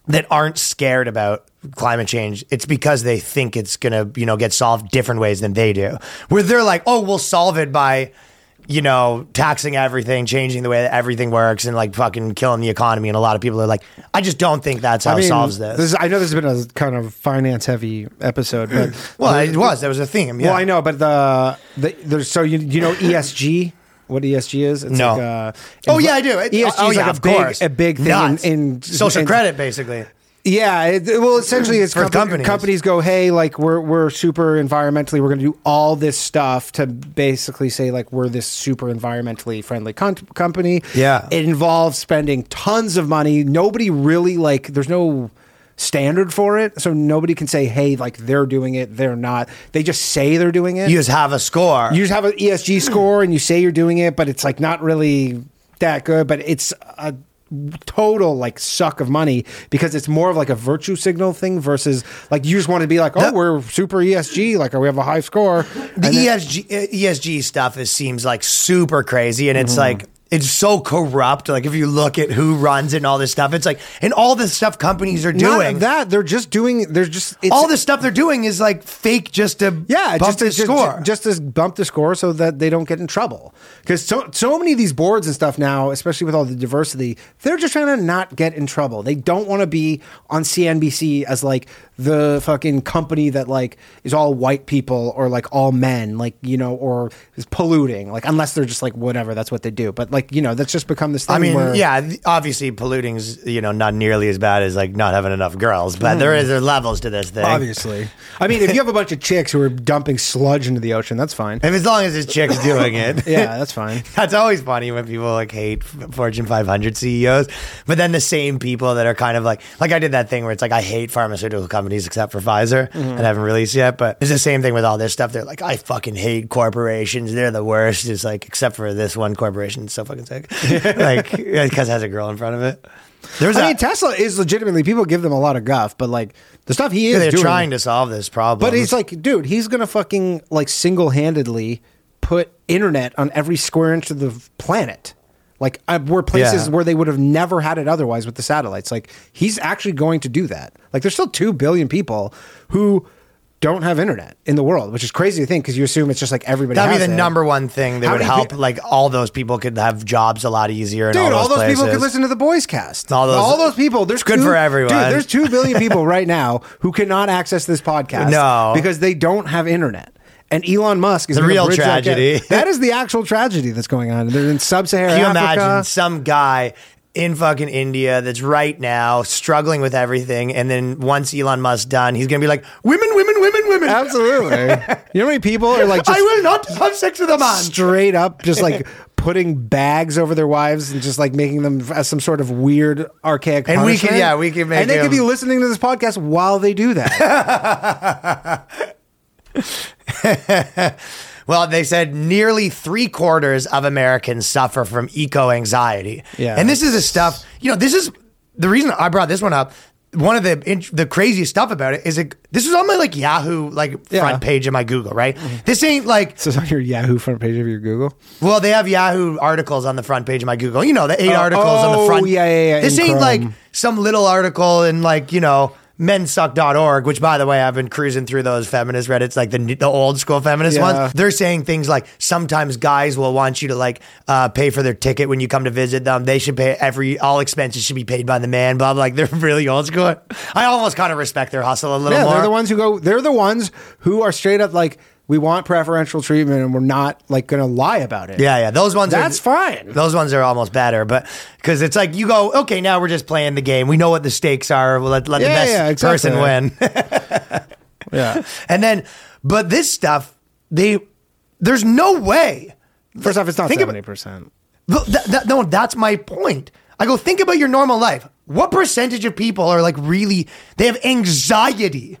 that aren't scared about climate change, it's because they think it's gonna, you know, get solved different ways than they do. Where they're like, oh, we'll solve it by, you know, taxing everything, changing the way that everything works, and like fucking killing the economy. And a lot of people are like, I just don't think that's how
I mean,
it solves this.
is- I know this has been a kind of finance heavy episode, but
well, it was. There was a theme. Yeah.
Well, I know, but the, the there's so you you know ESG. What ESG is? It's
No.
Like uh
Oh yeah, I do. It-
ESG
oh,
E is
yeah,
like a
of
big
course.
a big thing
Nuts.
in, in
social
in-
credit, basically.
Yeah, it, well, essentially, it's
For
company-
companies.
companies. go, hey, like we're we're super environmentally, we're going to do all this stuff to basically say like we're this super environmentally friendly con- company.
Yeah.
it involves spending tons of money. Nobody really like. There's no standard for it, so nobody can say, hey, like they're doing it, they're not. They just say they're doing it.
You just have a score.
You just have an
Hmm.
ESG score and you say you're doing it, but it's like not really that good. But it's a total like suck of money because it's more of like a virtue signal thing versus like you just want to be like, oh,
That-
we're super ESG, like or we have a high score.
the
And then-
ESG uh, ESG stuff is seems like super crazy, and
Mm-hmm.
it's like it's so corrupt. Like if you look at who runs it and all this stuff, it's like and all this stuff companies are
not
doing.
that they're just doing. They're just it's,
all this stuff they're doing is like fake, just to
Yeah,
bump
just to
the
just,
score.
Just to bump the score so that they don't get in trouble. Because so so many of these boards and stuff now, especially with all the diversity, they're just trying to not get in trouble. They don't want to be on CNBC as like the fucking company that like is all white people or like all men, like you know, or is polluting. Like unless they're just like whatever, that's what they do. But like you know, that's just become this thing.
I mean,
where,
yeah, th- obviously polluting's you know not nearly as bad as like not having enough girls, but there
Mm.
is there are levels to this thing.
Obviously, I mean, if you have a bunch of chicks who are dumping sludge into the ocean, that's fine.
If as long as this chick's doing it,
Yeah, that's fine.
That's always funny when people like hate F- Fortune 500 CEOs, E but then the same people that are kind of like, like I did that thing where it's like I hate pharmaceutical companies except for Pfizer,
Mm-hmm.
and I haven't released yet. But it's the same thing with all this stuff. They're like, I fucking hate corporations. They're the worst. It's like except for this one corporation, it's so fucking sick, like because it has a girl in front of it. There's
I
a,
mean, Tesla is legitimately people give them a lot of guff, but like the stuff he is
they're
doing,
trying to solve this problem,
But he's like, dude, he's gonna fucking like single handedly put internet on every square inch of the planet. Like uh, were places
Yeah.
where they would have never had it otherwise with the satellites. Like he's actually going to do that. Like there's still two billion people who don't have internet in the world, which is crazy to think because you assume it's just like everybody.
That'd be
has
the
it.
number one thing that
How
would
many
help.
peo-
like all those people could have jobs a lot easier. And
Dude, all
all
those, people
places.
could listen to the boys cast.
All
All
those-
those, people. There's
It's good
two-
for everyone.
Dude, there's two billion people right now who cannot access this podcast.
No.
because they don't have internet. And Elon Musk is
The
gonna
real
bridge that gap.
tragedy.
That is the actual tragedy that's going on. They're in sub-Saharan
Can you
Africa.
imagine some guy in fucking India that's right now struggling with everything, and then once Elon Musk's done, he's gonna be like, "Women, women, women, women.
Absolutely. you know how many people are like
I
just
will not have sex with a man."
straight up just like putting bags over their wives and just like making them as some sort of weird archaic
And we can-
punishment.
yeah, we can make
and they
them-
could be listening to this podcast while they do that.
Well, they said nearly three quarters of Americans suffer from eco anxiety.
Yeah.
And this is the stuff, you know, this is the reason I brought this one up. One of the int- the craziest stuff about it is it, this is on my like Yahoo like
Yeah. Mm-hmm.
front page of my Google, right? This ain't like
So it's on your Yahoo front page of your Google.
Well, they have Yahoo articles on the front page of my Google. You know, the eight
Oh,
articles on the
oh,
front.
yeah, yeah, yeah,
This
in
ain't
Chrome.
like some little article in like you know mensuck.org, which by the way, I've been cruising through those feminist Reddits, like the new- the old school feminist
Yeah.
ones. They're saying things like sometimes guys will want you to like uh, pay for their ticket when you come to visit them. They should pay every all expenses should be paid by the man. Blah blah. Like they're really old school. I almost kind of respect their hustle a little
Yeah,
more.
they're the ones who go. They're the ones who are straight up like, we want preferential treatment, and we're not like going to lie about it.
Yeah, yeah. Those ones
That's
are,
fine.
Those ones are almost better, but because it's like you go, okay, now we're just playing the game. We know what the stakes are. We'll let, let the
Yeah,
best
yeah, exactly.
person win.
yeah.
and then, but this stuff, they, there's no way.
First off, it's not
Think about-
seventy percent.
Th- th- th- no, that's my point. I go, think about your normal life. What percentage of people are like really, they have anxiety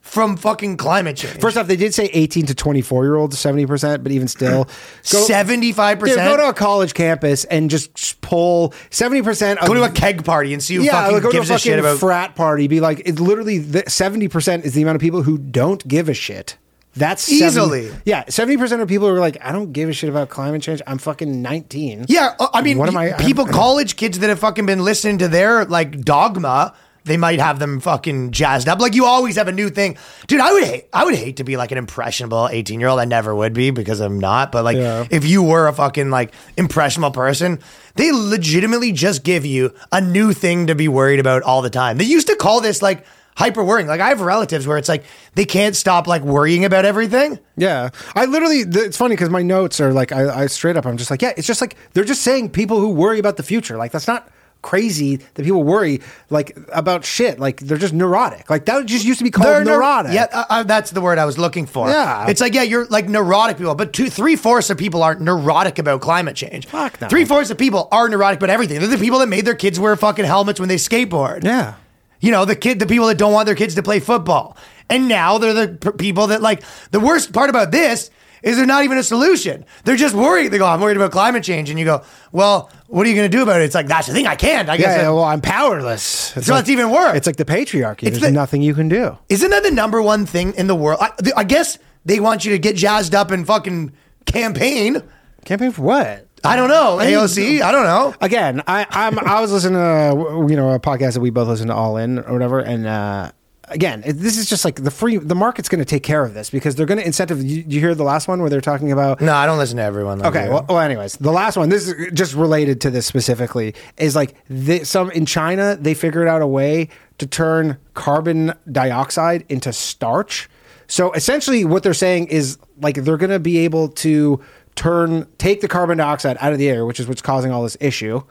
from fucking climate change?
First off, they did say 18 to 24 year olds, 70%, but even still, go,
75%?
Dude, go to a college campus and just pull 70% of.
Go to a keg party and see who
yeah,
fucking
go to a
gives a,
fucking
shit about.
frat party. Be like, it's literally the, 70% is the amount of people who don't give a shit. That's seven-
Easily.
yeah, 70% of people who are like, I don't give a shit about climate change. I'm fucking 19.
Yeah, uh, I mean,
What am I-
people, college kids that have fucking been listening to their like dogma, they might have them fucking jazzed up. Like you always have a new thing, dude. I would hate, I would hate to be like an impressionable eighteen year old. I never would be because I'm not. But like,
Yeah.
if you were a fucking like impressionable person, they legitimately just give you a new thing to be worried about all the time. They used to call this like hyper worrying. Like I have relatives where it's like they can't stop like worrying about everything.
Yeah, I literally. th- It's funny because my notes are like, I, I straight up, I'm just like, yeah, it's just like they're just saying people who worry about the future. Like that's not crazy that people worry like about shit. Like they're just neurotic. Like that just used to be called
neur-
neurotic.
Yeah, uh, uh, that's the word I was looking for.
Yeah.
it's like yeah, you're like neurotic people, but two, three fourths of people aren't neurotic about climate change.
Fuck no.
Three fourths of people are neurotic about everything. They're the people that made their kids wear fucking helmets when they skateboard.
yeah.
You know, the kid, the people that don't want their kids to play football. And now they're the p- people that like the worst part about this is they're not even a solution. They're just worried. They go, I'm worried about climate change. And you go, well, what are you going to do about it? It's like, that's the thing. I can't. I guess.
Yeah,
I-
yeah, well, I'm powerless. It's
So it's even worse.
It's like the patriarchy. There's
the-
nothing you can do.
Isn't that the number one thing in the world? I, th- I guess they want you to get jazzed up and fucking campaign.
Campaign for what?
I don't know.
mean-
AOC? I don't know.
Again, I, I'm. I was listening to uh, you know a podcast that we both listen to, All In or whatever, and. uh Again, it- this is just like the free. The market's going to take care of this because they're going to incentive. You, you hear the last one where they're talking about
No, I don't listen to everyone. like
Okay.
you.
Well, well, anyways, the last one. This is just related to this specifically. Is like the, some in China they figured out a way to turn carbon dioxide into starch. So essentially, what they're saying is like they're going to be able to turn take the carbon dioxide out of the air, which is what's causing all this issue,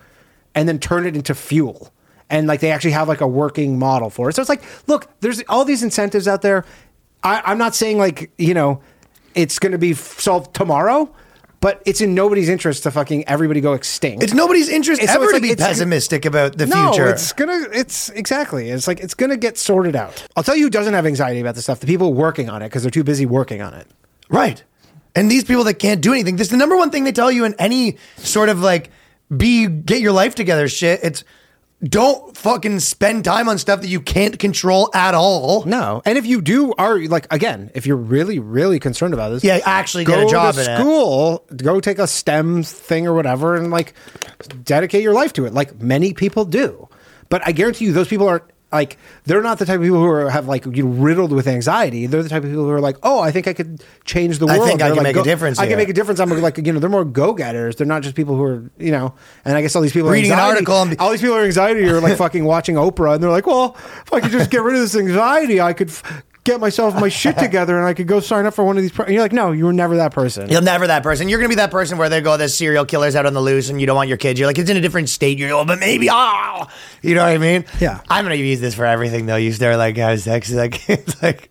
and then turn it into fuel. And like they actually have like a working model for it. So it's like, look, there's all these incentives out there. I, I'm not saying like you know it's going to be f- solved tomorrow, but it's in nobody's interest to fucking everybody go extinct.
it's nobody's interest
It's- so
ever
it's
to
like-
be
it's-
pessimistic about the
no,
future.
it's gonna. It's exactly. It's like it's gonna get sorted out. I'll tell you who doesn't have anxiety about this stuff: the people working on it because they're too busy working on it.
Right. And these people that can't do anything, this is the number one thing they tell you in any sort of like be get your life together shit. It's don't fucking spend time on stuff that you can't control at all.
No, and if you do are like again, if you're really really concerned about this,
Yeah, actually
go
get a job
to
in it.
school, go take a STEM thing or whatever, and like dedicate your life to it, like many people do. But I guarantee you, those people aren't like they're not the type of people who are, have like you know, riddled with anxiety. They're the type of people who are like, oh, I think I could change the
I
world.
think I
They're
can
like,
make a
"Go-
difference
I
here."
can make a difference. I'm like you know they're more go getters. They're not just people who are you know. And I guess all these people
Reading
are
an
anxiety-
article and be-
all these people are anxiety are like fucking watching Oprah and they're like, well, if I could just get rid of this anxiety, I could f- get myself my shit together and I could go sign up for one of these. Pro-. And you're like, no, you were never that person.
You're never that person. You're gonna be that person where they go, "There's serial killers out on the loose," and you don't want your kids. You're like, "It's in a different state." You go, "But maybe ah," you know what I mean?
Yeah.
I'm gonna use this for everything though. You start like, "I was sexy," like, it's like.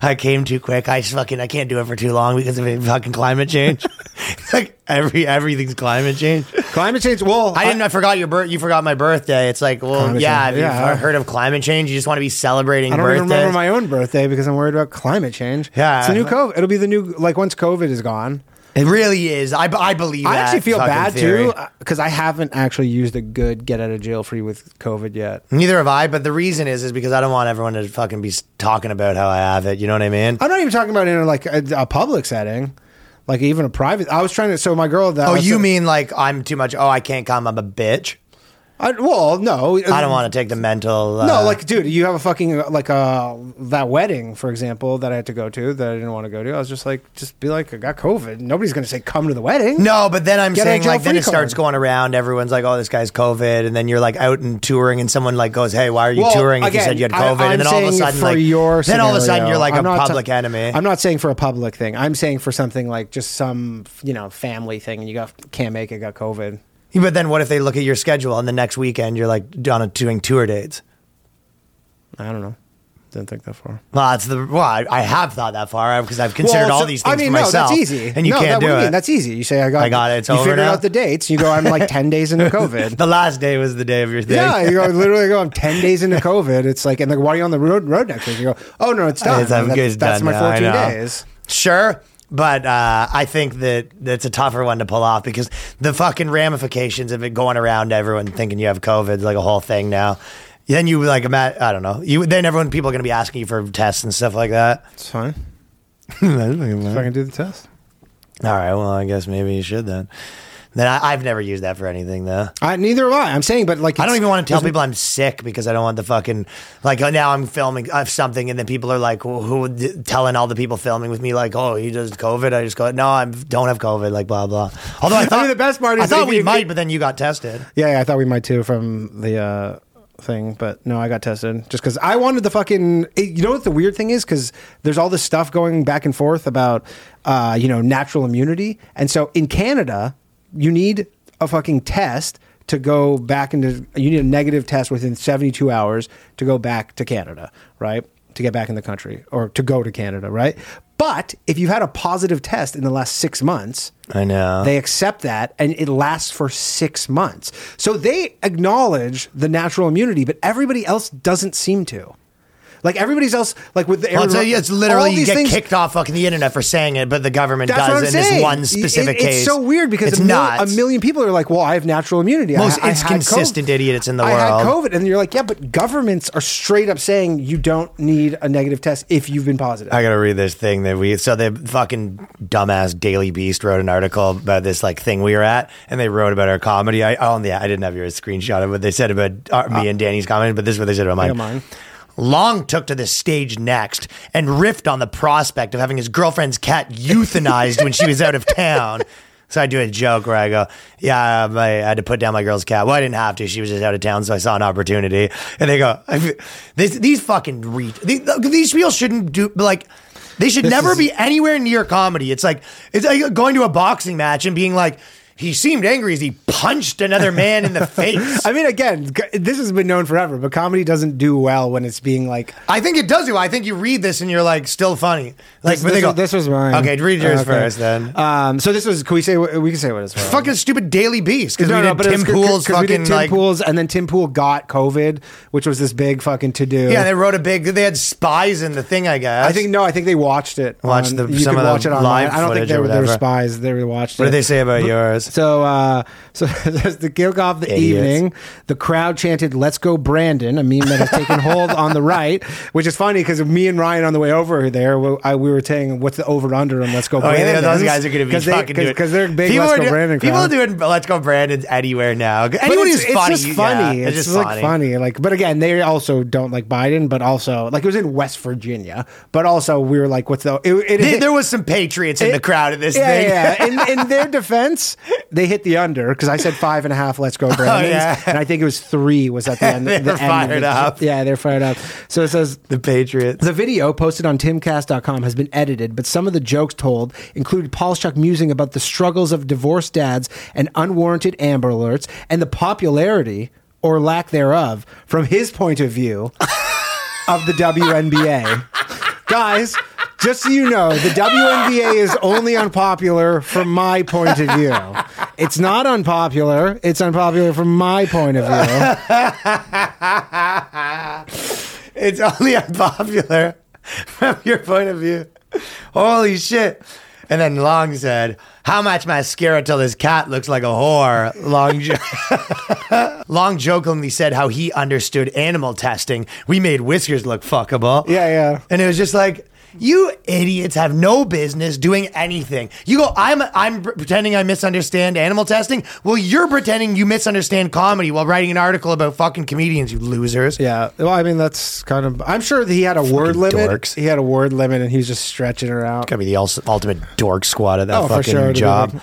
I came too quick. I just fucking I can't do it for too long because of fucking climate change. It's like every everything's climate change.
Climate change. Well,
I didn't. I, forgot your birth. You forgot my birthday. It's like, well,
Climate
yeah.
change.
Have you
Yeah.
heard of climate change? You just want to be celebrating
I don't even
birthdays.
remember my own birthday because I'm worried about climate change.
Yeah.
it's the new COVID. It'll be the new like once COVID is gone.
it really is. I, I believe.
I
that
actually feel
fucking
bad
theory.
too because I haven't actually used a good get out of jail free with COVID yet.
Neither have I, but the reason is is because I don't want everyone to fucking be s- talking about how I have it. You know what I mean?
I'm not even talking about in like a, a public setting, like even a private. I was trying to. So my girl that I
oh,
was-
you mean like I'm too much? Oh, I can't come. I'm a bitch.
I, well, no,
I don't want to take the mental. Uh,
No, like, dude, you have a fucking like uh that wedding, for example, that I had to go to that I didn't want to go to. I was just like, just be like, I got COVID. Nobody's gonna say come to the wedding.
No, but then I'm
Get a
saying like then
jail-free
it starts
card.
going around. Everyone's like, "Oh, this guy's COVID," and then you're like out and touring, and someone like goes, "Hey, why are you
Well,
touring?" if you
again,
said you had
I-
COVID,
I'm
and then all of a
saying
sudden,
for
like,
your
then all of a
scenario.
sudden you're like
I'm
a
not ta-
public enemy.
I'm not saying for a public thing. I'm saying for something like just some you know family thing, and you got can't make it, got COVID.
but then what if they look at your schedule and the next weekend you're like on a doing tour dates?
I don't know. Didn't think that far.
Well, that's the well, I, I have thought that far because I've considered
Well,
all
so-
these things
I mean,
for
no,
myself.
that's easy.
and you
no,
can't
that,
do
what do you
it.
mean? That's easy. You say I got,
I got it. It's
you
over
figure
now?
out the dates. You go, I'm like ten days into COVID.
the last day was the day of your thing.
Yeah, you go literally go. I'm ten days into COVID. It's like, and like, why are you on the road road next week? You go, oh no, it's done.
It's- I'm
that's,
good, it's
that's
done
my
now, I
fourteen
know.
days.
Sure. But uh, I think that that's a tougher one to pull off because the fucking ramifications of it going around everyone thinking you have COVID is like a whole thing now. Then you like ima- I don't know. You then everyone people are gonna be asking you for tests and stuff like that.
It's fine. If I
All
can do the test,
right. Well, I guess maybe you should then. Then I, I've never used that for anything though.
I neither am I. I'm saying, but like,
I don't
it's-
even want to tell
there's-
people I'm sick because I don't want the fucking like uh, now I'm filming uh, something and then people are like who, who telling all the people filming with me like oh he does COVID I just go no I don't have COVID like blah blah. Although I thought
mean, the best part
I
is
thought
if
we
you-
might, but then you got tested.
Yeah, yeah, I thought we might too from the uh, thing, but no, I got tested just because I wanted the fucking. it- you know what the weird thing is? Because there's all this stuff going back and forth about, uh, you know, natural immunity, and so in Canada, you need a fucking test to go back into. You need a negative test within 72 hours to go back to Canada, right? To get back in the country or to go to Canada, right? But if you've had a positive test in the last six months,
I know.
they accept that and it lasts for six months. So they acknowledge the natural immunity, but everybody else doesn't seem to. Like everybody's else, like with the
well, it's, it's literally
all
you
these
get
things-
kicked off fucking the internet for saying it, but the government
That's what
does
I'm
in
saying.
this one
It-
specific
it-
case.
It's so weird because
it's
a, mil-
not
a million people are like, "Well, I have natural immunity. I-
Most
I, had
inconsistent
COVID.
idiots in the
I had
world.
COVID, and you're like, "Yeah, but governments are straight up saying you don't need a negative test if you've been positive."
I gotta read this thing that we so the fucking dumbass Daily Beast wrote an article about this like thing we were at, and they wrote about our comedy. I oh yeah, I didn't have your screenshot of what they said about uh, me and Danny's comedy, but this is what they said about mine.
Yeah, mine.
Long took to the stage next and riffed on the prospect of having his girlfriend's cat euthanized when she was out of town. So I do a joke where I go, "Yeah, um, I I had to put down my girl's cat. Well, I didn't have to. She was just out of town, so I saw an opportunity." And they go, "These, these fucking re- these, these people shouldn't do like." They should never
is-
be anywhere near comedy. It's like it's like going to a boxing match and being like, "He seemed angry as he punched another man in the face."
I mean, again, g- this has been known forever, but comedy doesn't do well when it's being like
I think it does do. I think you read this and you're like, still funny. Like,
This,
but they
this
go,
was- this was mine. Oh,
Okay, read yours
Okay.
first then.
Um, so this was. Can we say? what- We can say what it's from.
fucking stupid Daily Beast because
No,
we
no,
did
but it
Tim
was good-
Pool's
'cause
fucking
we did Tim
like.
Pool's, and then Tim Pool got COVID, which was this big fucking to do.
Yeah, they wrote a big. They had spies in the thing. I guess.
I think no. I think they watched it.
Watched
on-
the-
you
some
could
of the
watch it online.
live
I don't
footage
think they
or
were, they were
whatever.
spies. They were watched.
What
it.
did they say about yours?
So, uh, so as the kick off the
Idiots.
evening, the crowd chanted "Let's go, Brandon," a meme that has taken hold on the right, which is funny because me and Ryan on the way over there, we, I, we were saying, "What's the over under on Let's Go,
Oh, yeah,
Brandon?"
those guys are going to be
because
fucking
they,
doing
because they're big
People
Let's
are
Go,
doing-
Brandon.
People
crowd.
are doing Let's Go Brandon's anywhere now.
But
Anyone who's funny,
It's just funny.
yeah,
it's, just like funny. Like, but again, they also don't like Biden. But also, like, it was in West Virginia. But also, we were like, "What's the?" It, it,
Th-
it-
there was some patriots in the crowd at this
yeah,
thing.
yeah. yeah. In, in their defense, they hit the under because I said five and a half. Let's go, Brandon.
Oh, yeah.
And I think it was three. Was at the end.
They
the
were
end of
fired
the-
up.
Yeah, they're fired up. So it says
the patriots.
the video posted on timcast.com has been edited, but some of the jokes told included Paul Schuck musing about the struggles of divorced dads and unwarranted Amber Alerts and the popularity or lack thereof from his point of view of the WNBA. Guys, just so you know, the WNBA is only unpopular from my point of view. It's not unpopular, it's unpopular from my point of view.
It's only unpopular from your point of view. Holy shit. And then Long said, How much mascara till this cat looks like a whore? Long, jo- Long jokingly said how he understood animal testing. We made whiskers look fuckable.
Yeah, yeah.
And it was just like, you idiots have no business doing anything. You go, I'm I'm pretending I misunderstand animal testing. Well, you're pretending you misunderstand comedy while writing an article about fucking comedians, you losers.
Yeah. Well, I mean, that's kind of. I'm sure that he had a word limit.
dorks.
He had a word limit, and he was just stretching her out.
Gotta be the ul- ultimate dork squad at that
Oh, for
fucking
sure, it'd be
job.
like-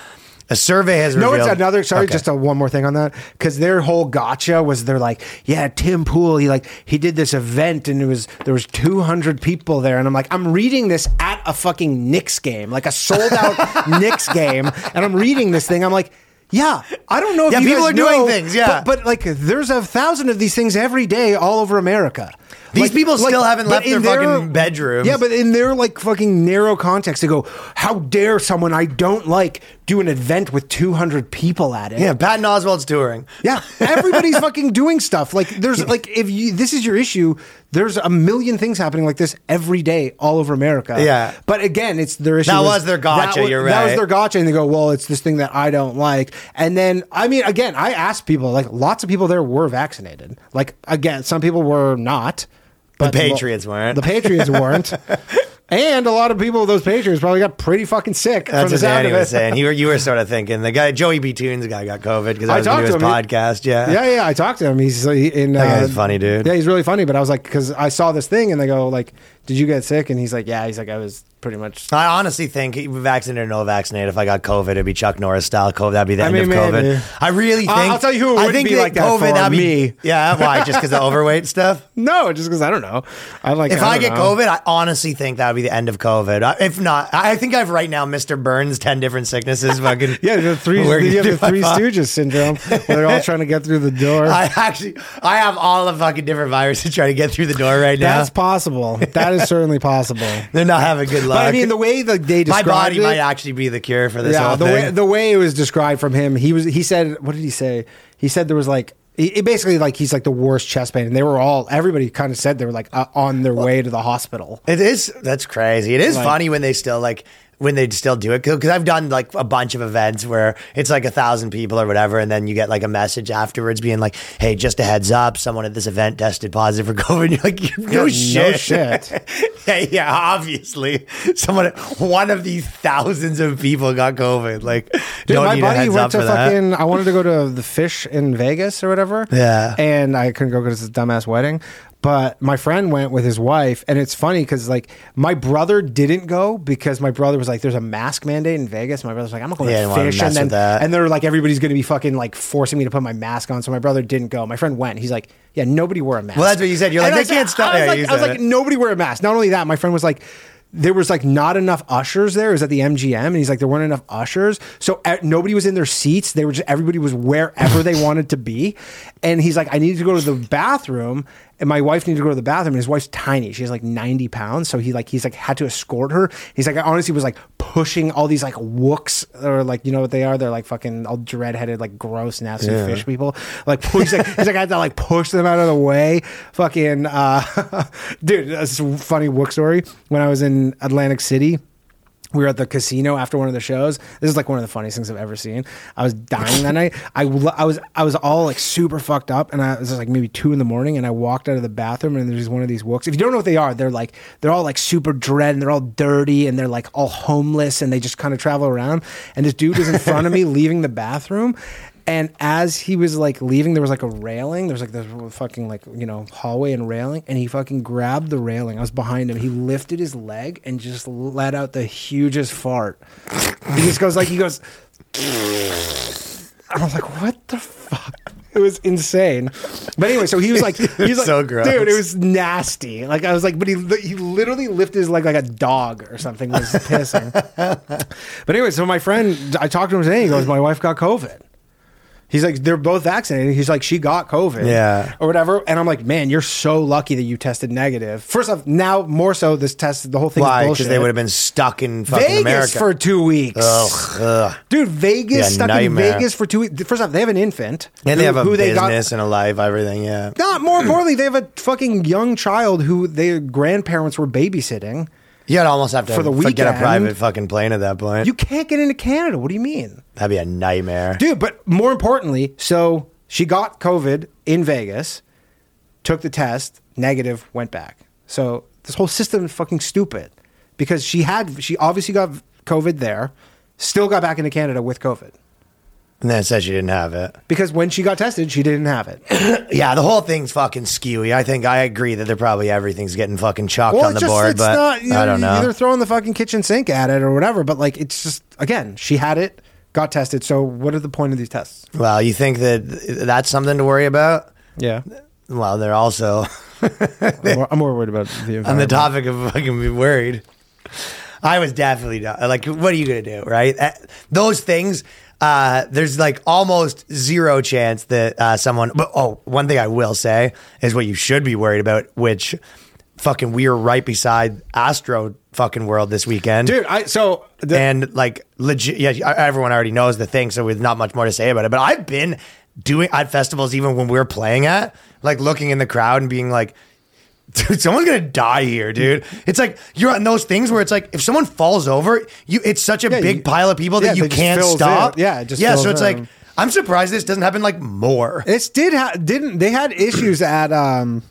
A survey has
No,
revealed.
it's another. Sorry,
Okay.
just a, one more thing on that because their whole gotcha was they're like, yeah, Tim Pool. He like he did this event and it was there was two hundred people there, and I'm like, I'm reading this at a fucking Knicks game, like a sold out Knicks game, and I'm reading this thing. I'm like. Yeah, I don't know if
Yeah,
you
people
guys
are doing
know,
things, yeah.
but, but, like there's a thousand of these things every day all over America.
These
Like-
people still haven't
but
left
in
their fucking bedrooms.
Yeah, but in their like fucking narrow context, they go, "How dare someone I don't like do an event with 200 people at it?"
yeah, Patton Oswald's touring.
Yeah, everybody's fucking doing stuff. Like there's like if you this is your issue, there's a million things happening like this every day all over America.
Yeah.
But again, it's their issue.
That was their gotcha,
wa-
you're
That was
right.
their gotcha and they go, "Well, it's this thing that I don't like." And then I mean, again, I asked people, like lots of people there were vaccinated. Like again, some people were not. But
Patriots weren't.
The Patriots weren't. And a lot of people, those Patriots probably got pretty fucking sick
That's
from the
what
sound
Danny
of it.
was saying. You were you were sort of thinking the guy Joey B Tunes guy got COVID because I was going to do his
He-
podcast. Yeah,
yeah, yeah. I talked to him. He's uh, he- in.
That
uh,
guy's funny, dude.
Yeah, he's really funny. But I was like, because I saw this thing, and they go like, "Did you get sick?" And he's like, "Yeah." He's like, "I was pretty much."
I honestly think vaccinated or no vaccinated, if I got COVID, it'd be Chuck Norris style COVID. That'd be the
I
end
mean,
of COVID.
maybe.
I really think.
I- I'll tell you who it
I
would
think
be
that
like that for,
that'd be-
me.
Yeah, why? Just because the overweight stuff.
No, just because I don't know. I like
If I, get
don't know.
COVID, I honestly think that would be the end of COVID. I, if not, I I think I've right now Mr. Burns ten different sicknesses. Fucking
Yeah, the three.
working
You have
through
the
my
Three
body.
Stooges syndrome. Where they're all trying to get through the door.
I actually, I have all the fucking different viruses trying to get through the door right now.
That's possible. That is certainly possible.
They're not having good luck.
But I mean, the way that they
my
described
body
it,
might actually be the cure for this
yeah,
whole
the
thing.
way the way it was described from him, he was he said, what did he say? He said there was like he it basically like he's like the worst chest pain, and they were all everybody kind of said they were like uh, on their way to the hospital.
It is. That's crazy. It is
Like-
funny when they still like when they still do it because I've done like a bunch of events where it's like a thousand people or whatever, and then you get like a message afterwards being like, "Hey, just a heads up, someone at this event tested positive for COVID." And you're like, "No shit,
Yeah, no shit.
yeah, yeah, obviously, someone, one of these thousands of people got COVID. Like,
Dude,
don't
my
need a
buddy
heads
went
up
to
for that.
fucking. I wanted to go to the fish in Vegas or whatever.
Yeah.
and I couldn't go because it's a dumbass wedding. But my friend went with his wife, and it's funny because like my brother didn't go because my brother was like, "There's a mask mandate in Vegas." My brother's like, "I'm not going
Yeah, I
to
didn't wanna
fish,"
mess
and then
with that.
and they're like, "Everybody's going to be fucking like forcing me to put my mask on." So my brother didn't go. My friend went. He's like, "Yeah, nobody wore a mask."
Well, that's what you said. You're like,
And I
"They
was
can't stop-
I was
yeah,
like,
you
I was
said
like,
it.
nobody wear a mask. Not only that, my friend was like, there was like not enough ushers there. It was at the MGM, and he's like, there weren't enough ushers, so uh, nobody was in their seats. They were just everybody was wherever they wanted to be, and he's like, I needed to go to the bathroom, and my wife needed to go to the bathroom, and his wife's tiny. She's like ninety pounds, so he like he's like had to escort her. He's like, I honestly was like pushing all these like wooks or like you know what they are? They're like fucking all dreadheaded, like gross, nasty fish people. Like push, he's like, he's like I had to like push them out of the way. Fucking uh, dude, that's a funny wook story. When I was in Atlantic City. We were at the casino after one of the shows. This is like one of the funniest things I've ever seen. I was dying that night. I, lo- I was I was all like super fucked up, and I it was like maybe two in the morning, and I walked out of the bathroom, and there's one of these wooks. If you don't know what they are, they're like they're all like super dread, and they're all dirty, and they're like all homeless, and they just kind of travel around. And this dude was in front of me leaving the bathroom, and as he was like leaving, there was like a railing. There was like this fucking like you know hallway and railing, and he fucking grabbed the railing. I was behind him. He lifted his leg and just let out the hugest fart. he just goes like he goes. I was like, what the fuck? It was insane. But anyway, so he was like, he's like,
So gross.
dude, it was nasty. Like I was like, but he he literally lifted his leg like a dog or something was pissing. but anyway, so my friend, I talked to him today. He goes, my wife got COVID. He's like, they're both vaccinated. He's like, she got COVID.
Yeah.
Or whatever. And I'm like, man, you're so lucky that you tested negative. First off, now more so, this test, the whole thing
Why? Because
is bullshit.
they would have been stuck in fucking
Vegas
America.
for two weeks.
Ugh, ugh.
Dude, Vegas
Yeah,
stuck
nightmare.
in Vegas for two weeks. First off, they have an infant.
And they have a business
They
and a life, everything. Yeah.
got, not more importantly, they have a fucking young child who their grandparents were babysitting.
You'd almost have to
For the
f- get a
weekend.
private fucking plane at that point.
You can't get into Canada. What do you mean?
That'd be a nightmare.
Dude, but more importantly, so she got COVID in Vegas, took the test, negative, went back. So this whole system is fucking stupid. because she had she obviously got COVID there, still got back into Canada with COVID
And then it says you didn't have it.
because when she got tested, she didn't have it.
Yeah, the whole thing's fucking skewy. I think I agree that they're probably everything's getting fucking chalked on the
it's just-
board,
it's
but
not, you know,
I don't know.
They're throwing the fucking kitchen sink at it or whatever, but like it's just again, she had it, got tested. So what are the point of these tests?
Well, you think that that's something to worry about?
Yeah,
Well, they're also
I'm more, I'm more worried about the
on the
environment.
topic of fucking be worried. I was definitely not, like, what are you gonna do, right? Uh, Those things. Uh, there's like almost zero chance that uh, someone. But oh, one thing I will say is what you should be worried about, which fucking we were right beside Astro fucking World this weekend,
dude. I so the,
and like legit, yeah, e, everyone already knows the thing, so there's not much more to say about it. But I've been doing at festivals, even when we were playing at, like looking in the crowd and being like, dude, someone's gonna die here, dude. It's like you're on those things where it's like if someone falls over, you it's such a
Yeah,
big
you-
pile of people
yeah,
that you
that just
can't
fills
stop.
in. Yeah, it just
yeah. So
fills
it's
in.
like I'm surprised this doesn't happen like more.
It's did ha- didn't they had issues at um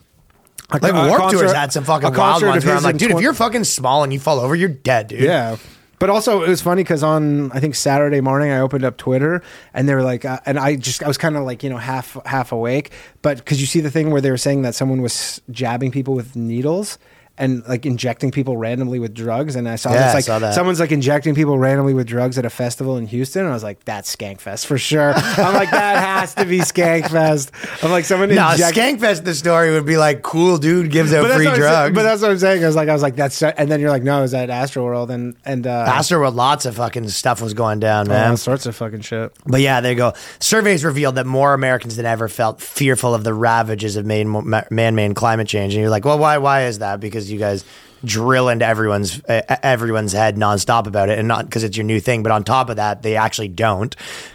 a,
Like
a
Warped
concert-
Tour's had some
a
fucking wild
concert
ones
of
where
his
I'm like,
in
dude, if
twen-
you're fucking small and you fall over, you're dead, dude.
yeah. But also, it was funny because on I think Saturday morning I opened up Twitter and they were like, uh, and I just I was kind of like you know half half awake, but because you see the thing where they were saying that someone was jabbing people with needles and like injecting people randomly with drugs, and I saw
Yeah,
this
I
like
saw that.
someone's like injecting people randomly with drugs at a festival in Houston, and I was like, that's Skankfest for sure. I'm like, that has to be Skankfest. I'm like, someone
No,
inject-
Skankfest, the story would be like, cool dude gives out
that's
free
what I'm
drugs.
saying- but that's what I'm saying. I was like, I was like, that's and then you're like, no, is that Astroworld and and uh,
Pastor where lots of fucking stuff was going down, man.
all sorts of fucking shit.
But yeah, there you go. Surveys revealed that more Americans than ever felt fearful of the ravages of man- man-made climate change. And you're like, well, why? Why is that? Because you guys drill into everyone's uh, everyone's head nonstop about it, and not because it's your new thing. But on top of that, they actually don't,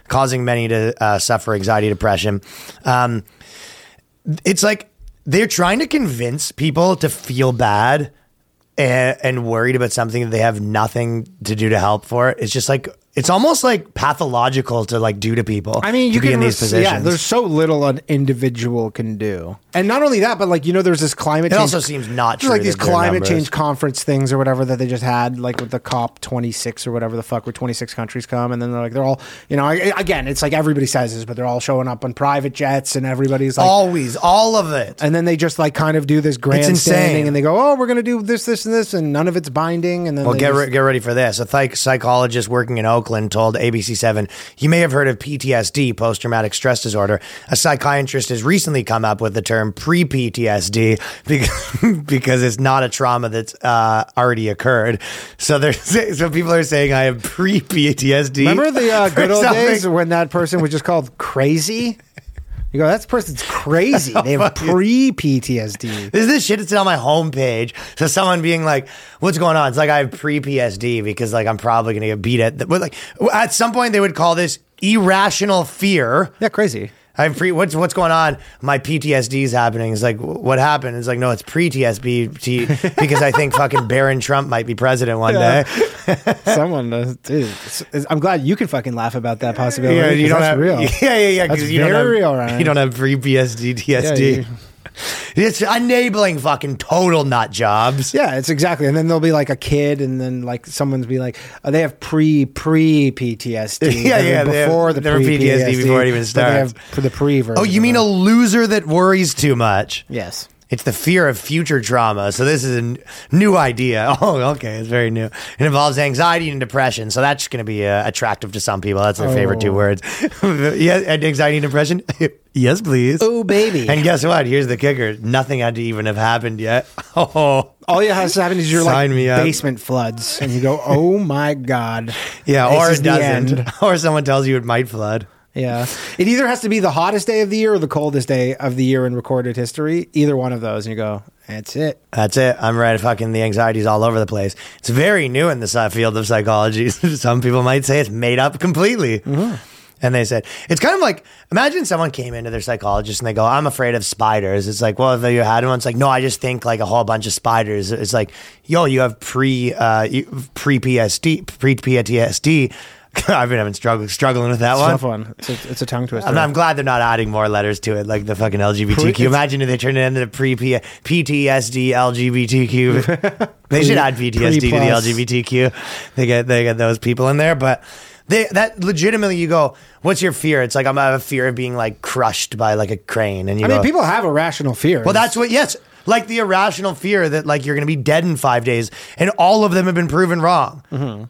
causing many to uh, suffer anxiety, depression. Um, it's like they're trying to convince people to feel bad and, and worried about something that they have nothing to do to help for it. It's just like it's almost like pathological to like do to people.
I mean, you
to
can
be in these
res-
positions.
Yeah, there's so little an individual can do, and not only that, but like you know, there's this climate.
It
change,
also seems not
there's, like
true
these
that their
climate
numbers-
change conference things or whatever that they just had, like with the COP 26 or whatever the fuck, where 26 countries come, and then they're like they're all, you know, I, again, it's like everybody says this, but they're all showing up on private jets, and everybody's like,
always all of it.
and then they just like kind of do this
insane.
grandstanding, and they go, oh, we're gonna do this, this, and this, and none of it's binding, and then
Well,
they
get,
just-
re- get ready for this. A psych- psychologist working in Oakland told ABC7, You may have heard of PTSD, post traumatic stress disorder. A psychiatrist has recently come up with the term pre PTSD because, because it's not a trauma that's uh, already occurred. So, there's, so people are saying I have pre PTSD.
Remember the uh,
for
good old
something.
days when that person was just called crazy? You go, that person's crazy. They have pre PTSD.
This is this shit that's on my homepage. So someone being like, "What's going on?" It's like I have pre PSD because like I'm probably gonna get beat at. But like at some point they would call this irrational fear.
Yeah, crazy.
I have pre. What's what's going on? My PTSD is happening. It's like wh- what happened? It's like no, it's pre TSB because I think fucking Barron Trump might be president one
Yeah.
day.
Someone, uh, dude, it's- it's- I'm glad you can fucking laugh about that possibility.
Yeah, you
'cause
don't
that's
have
real.
Yeah, yeah, yeah.
That's
Because you don't
very
have,
real, Ryan.
You don't have pre PSD TSD.
you-
It's enabling fucking total nut jobs.
Yeah, it's exactly. And then there'll be like a kid, and then like someone's be like, oh, they have pre pre PTSD.
Yeah,
They
yeah,
were
they have-
Before the
they were
pre
PTSD before it even
They
starts.
have for the pre version.
Oh, you mean a
of it.
loser that worries too much?
yes?
It's the fear of future trauma. So this is a n- new idea. Oh, okay, it's very new. It involves anxiety and depression. So that's going to be uh, attractive to some people. That's their favorite two
Oh.
words. yeah, and anxiety and depression. yes, please.
Oh, baby.
And guess what? Here's the kicker. Nothing had to even have happened yet. Oh,
All you have to happen is you're like
Sign me up.
basement floods, and you go, "Oh my god!"
yeah,
This
or
is
it
the
doesn't.
end.
Or someone tells you it might flood.
Yeah, it either has to be the hottest day of the year or the coldest day of the year in recorded history. Either one of those, and you go, "That's it."
That's it. I'm right. Fucking the anxiety's all over the place. It's very new in this uh, field of psychology. Some people might say it's made up completely. And they said, it's kind of like, imagine someone came into their psychologist and they go, I'm afraid of spiders. It's like, well, have you had one? It's like, no, I just think like a whole bunch of spiders. It's like, yo, you have pre, uh, pre PSD, pre PTSD. I've been having struggle struggling with that
It's a
one.
tough one. It's a, it's a tongue twister.
I'm, I'm glad they're not adding more letters to it, like the fucking LGBTQ.
Pre-
Imagine if they turned it into pre PTSD LGBTQ. they should add PTSD to the
Pre-plus.
LGBTQ. They get they get those people in there, but they that legitimately you go, what's your fear? It's like I'm I have a fear of being like crushed by like a crane, and you
I mean,
go,
people have irrational fears.
well, that's what, yes. Like the irrational fear that like you're going to be dead in five days, and all of them have been proven wrong.
Mm-hmm.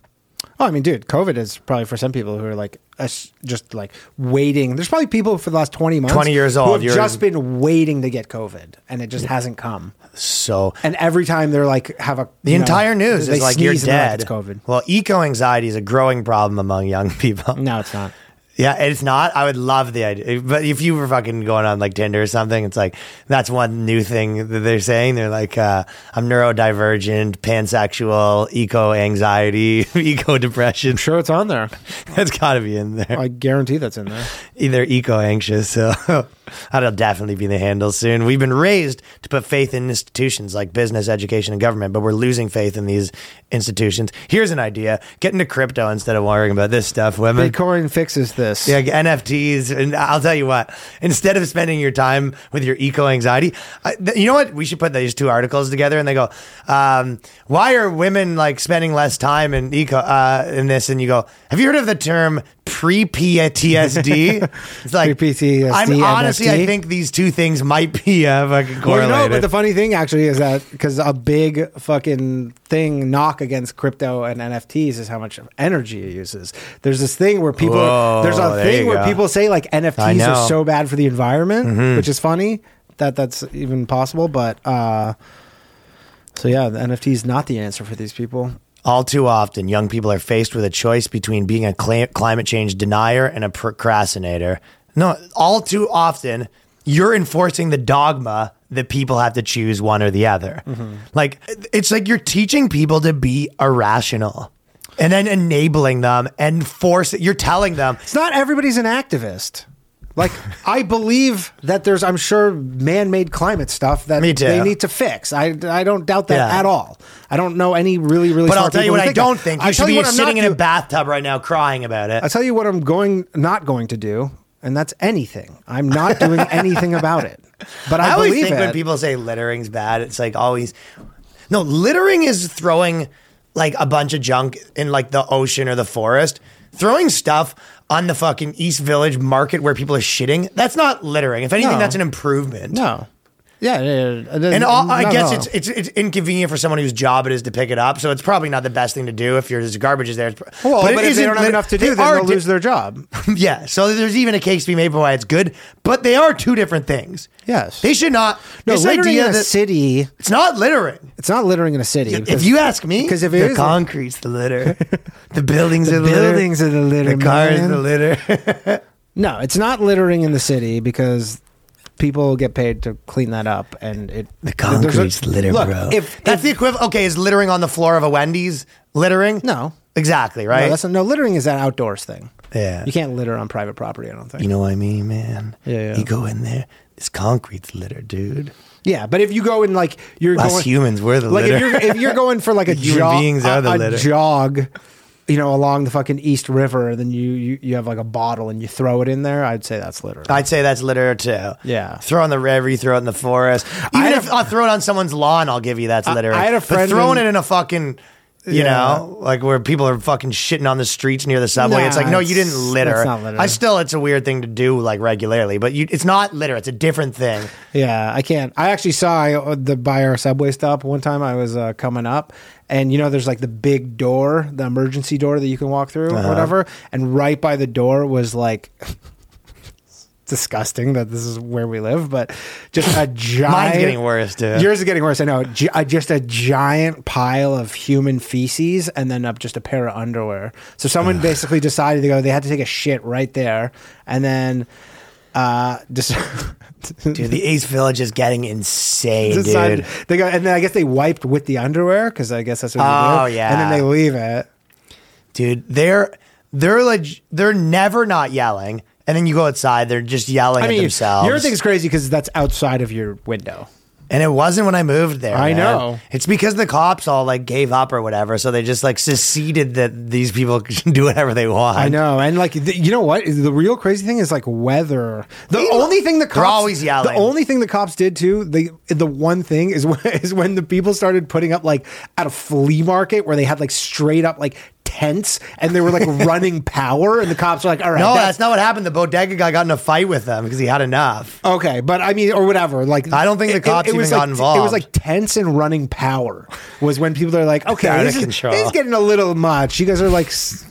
Oh, I mean, dude, COVID is probably for some people who are like us, just like waiting. There's probably people for the last 20 months,
20 years
who
old,
have
you're-
just been waiting to get COVID, and it just hasn't come.
So
And every time they're like, have a
the
you know,
entire news
they
is like you're
sneeze and they're like,
dead.
It's COVID.
Well, eco anxiety is a growing problem among young people.
No, it's not.
Yeah, it's not. I would love the idea, but if you were fucking going on like Tinder or something, it's like that's one new thing that they're saying. They're like, uh, I'm neurodivergent, pansexual, eco anxiety, eco depression.
Sure, it's on there.
That's got to be in there.
I guarantee that's in there.
either eco anxious. So that'll definitely be the handle soon. We've been raised to put faith in institutions like business, education, and government, but we're losing faith in these institutions. Here's an idea get into crypto instead of worrying about this stuff, women.
Bitcoin fixes this.
Yeah, NFTs, and I'll tell you what. Instead of spending your time with your eco anxiety, I, th- you know what? We should put these two articles together, and they go, um, "Why are women like spending less time in eco uh, in this?" And you go, "Have you heard of the term pre PTSD?" It's like
Pre-PTSD,
I'm honestly, I
NFT.
think these two things might be uh, fucking
Well, you
correlated.
know, but the funny thing actually is that because a big fucking thing knock against crypto and NFTs is how much energy it uses. There's this thing where people,
Whoa,
there's a
there
thing
you
where
go.
people say like
I
NFTs
know. Mm-hmm.
are so bad for the environment, which is funny that that's even possible. But uh, so yeah, the NFT is not the answer for these people.
All too often, young people are faced with a choice between being a cli- climate change denier and a procrastinator. No, all too often, you're enforcing the dogma that people have to choose one or the other. Like, it's like you're teaching people to be irrational and then enabling them and force you're telling them
It's not everybody's an activist. Like I believe that there's, I'm sure, man-made climate stuff that
Me too.
they need to fix. I, I don't doubt that
Yeah.
at all. I don't know any really really.
but i'll
smart
tell you
people
what
who
i
that.
don't think you
I'll
should
tell
be
what I'm not
sitting in a
do-
bathtub right now crying about it
I'll tell you what I'm going not going to do, and that's anything. I'm not doing anything about it. But I,
I, always
believe
think
it.
when people say littering's bad, it's like always no littering is throwing like a bunch of junk in like the ocean or the forest. Throwing stuff on the fucking East Village market where people are shitting, that's not littering. If anything,
No.
that's an improvement.
no, yeah,
And all, I guess it's, it's it's inconvenient for someone whose job it is to pick it up, so it's probably not the best thing to do if your garbage is there. It's pr-
well, but,
it
if they
isn't
don't have
lit-
enough to do,
they
then
are
they'll
di-
lose their job.
yeah, so there's even a case to be made for why it's good, but they are two different things.
Yes.
they should not.
No,
this
littering
idea
in a
that
city.
it's not littering.
It's not littering in a city.
If you ask me,
because if it
the
is-
concrete's the litter, the buildings are the
buildings
litter,
are the litter,
the cars
man.
the litter.
No, it's not littering in the city because people get paid to clean that up, and it
The
there's a-
concrete's litter,
Look,
bro.
If,
that's the equivalent, okay, is littering on the floor of a Wendy's littering?
No.
exactly right.
no, that's no littering is that outdoors thing.
Yeah.
you can't litter on private property. I don't think.
you know what I mean, man.
Yeah, yeah.
You go in there, this concrete's litter, dude.
yeah, but if you go in like you're
Us
going,
humans, we're the
like if
litter.
you're if you're going for like a
Human
jog,
beings are
a,
the
a
litter.
jog, you know, along the fucking East River, and then you, you you have like a bottle and you throw it in there. I'd say that's litter.
I'd say that's litter too.
Yeah.
throw it in the river, you throw it in the forest. Even
had
if I'll throw it on someone's lawn, I'll give you that's
I-
littering.
I had a
But
friend
throwing
in-
it in a fucking. You
Yeah.
know, like where people are fucking shitting on the streets near the subway.
Nah,
it's like, no, you
it's-
didn't litter.
that's not litter.
I still, it's a weird thing to do like regularly, but you, it's not litter. It's a different thing.
Yeah, I can't. I actually saw I, uh, the by our subway stop one time. I was uh, coming up, and you know, there's like the big door, the emergency door that you can walk through
Uh-huh.
or whatever. And right by the door was like. it's Disgusting that this is where we live, but just a giant.
getting worse, dude.
Yours is getting worse. I know. Gi- uh, just a giant pile of human feces, and then up just a pair of underwear. So someone basically decided to go. They had to take a shit right there, and then uh, just
Dude, the East Village is getting insane,
decided-
dude.
They go, and then I guess they wiped with the underwear because I guess that's what.
Oh,
they do.
yeah.
and then they leave it.
Dude, they're they're leg- they're never not yelling, and then you go outside, they're just yelling
I
at
mean,
themselves.
your thing's crazy because that's outside of your window.
And it wasn't when I moved there.
I
man.
know.
It's because the cops all like gave up or whatever. So they just like seceded that these people can do whatever they want.
I know, and like th- you know what? The real crazy thing is like weather. The
They-
only thing the cops
they're always yelling.
The only thing the cops did too. The the one thing is when, is when the people started putting up like at a flea market where they had like straight up like tents and they were like running power, and the cops were like, "All right,
No,
that's,
that's not what happened. The bodega guy got in a fight with them because he had enough.
okay," but I mean, or whatever. Like,
I don't think the cops even
like,
got involved.
It was like tents and running power was when people are like, "Okay,
Out of
this is,
control.
this is getting a little much." You guys are like. s-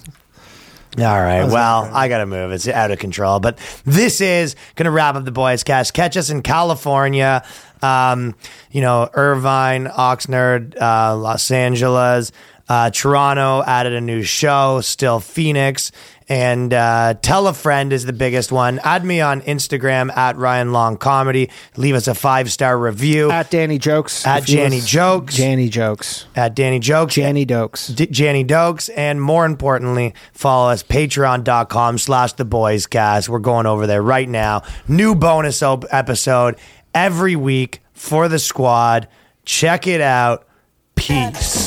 All right. Well, I got to move. It's out of control. But this is going to wrap up the boys' cast. Catch us in California, um, you know, Irvine, Oxnard, uh, Los Angeles, uh, Toronto added a new show, still Phoenix. And uh, Tell a Friend is the biggest one. Add me on Instagram at Ryan Long Comedy. Leave us a five star review at,
At Danny jokes.
At
if you
Janny
listen-
Jokes.
Janny jokes.
Danny Jokes.
Janny dokes.
D- Janny Dokes, and more importantly, follow us patreon.com slash the boys cast. We're going over there right now. New bonus op- episode every week for the squad. Check it out. Peace.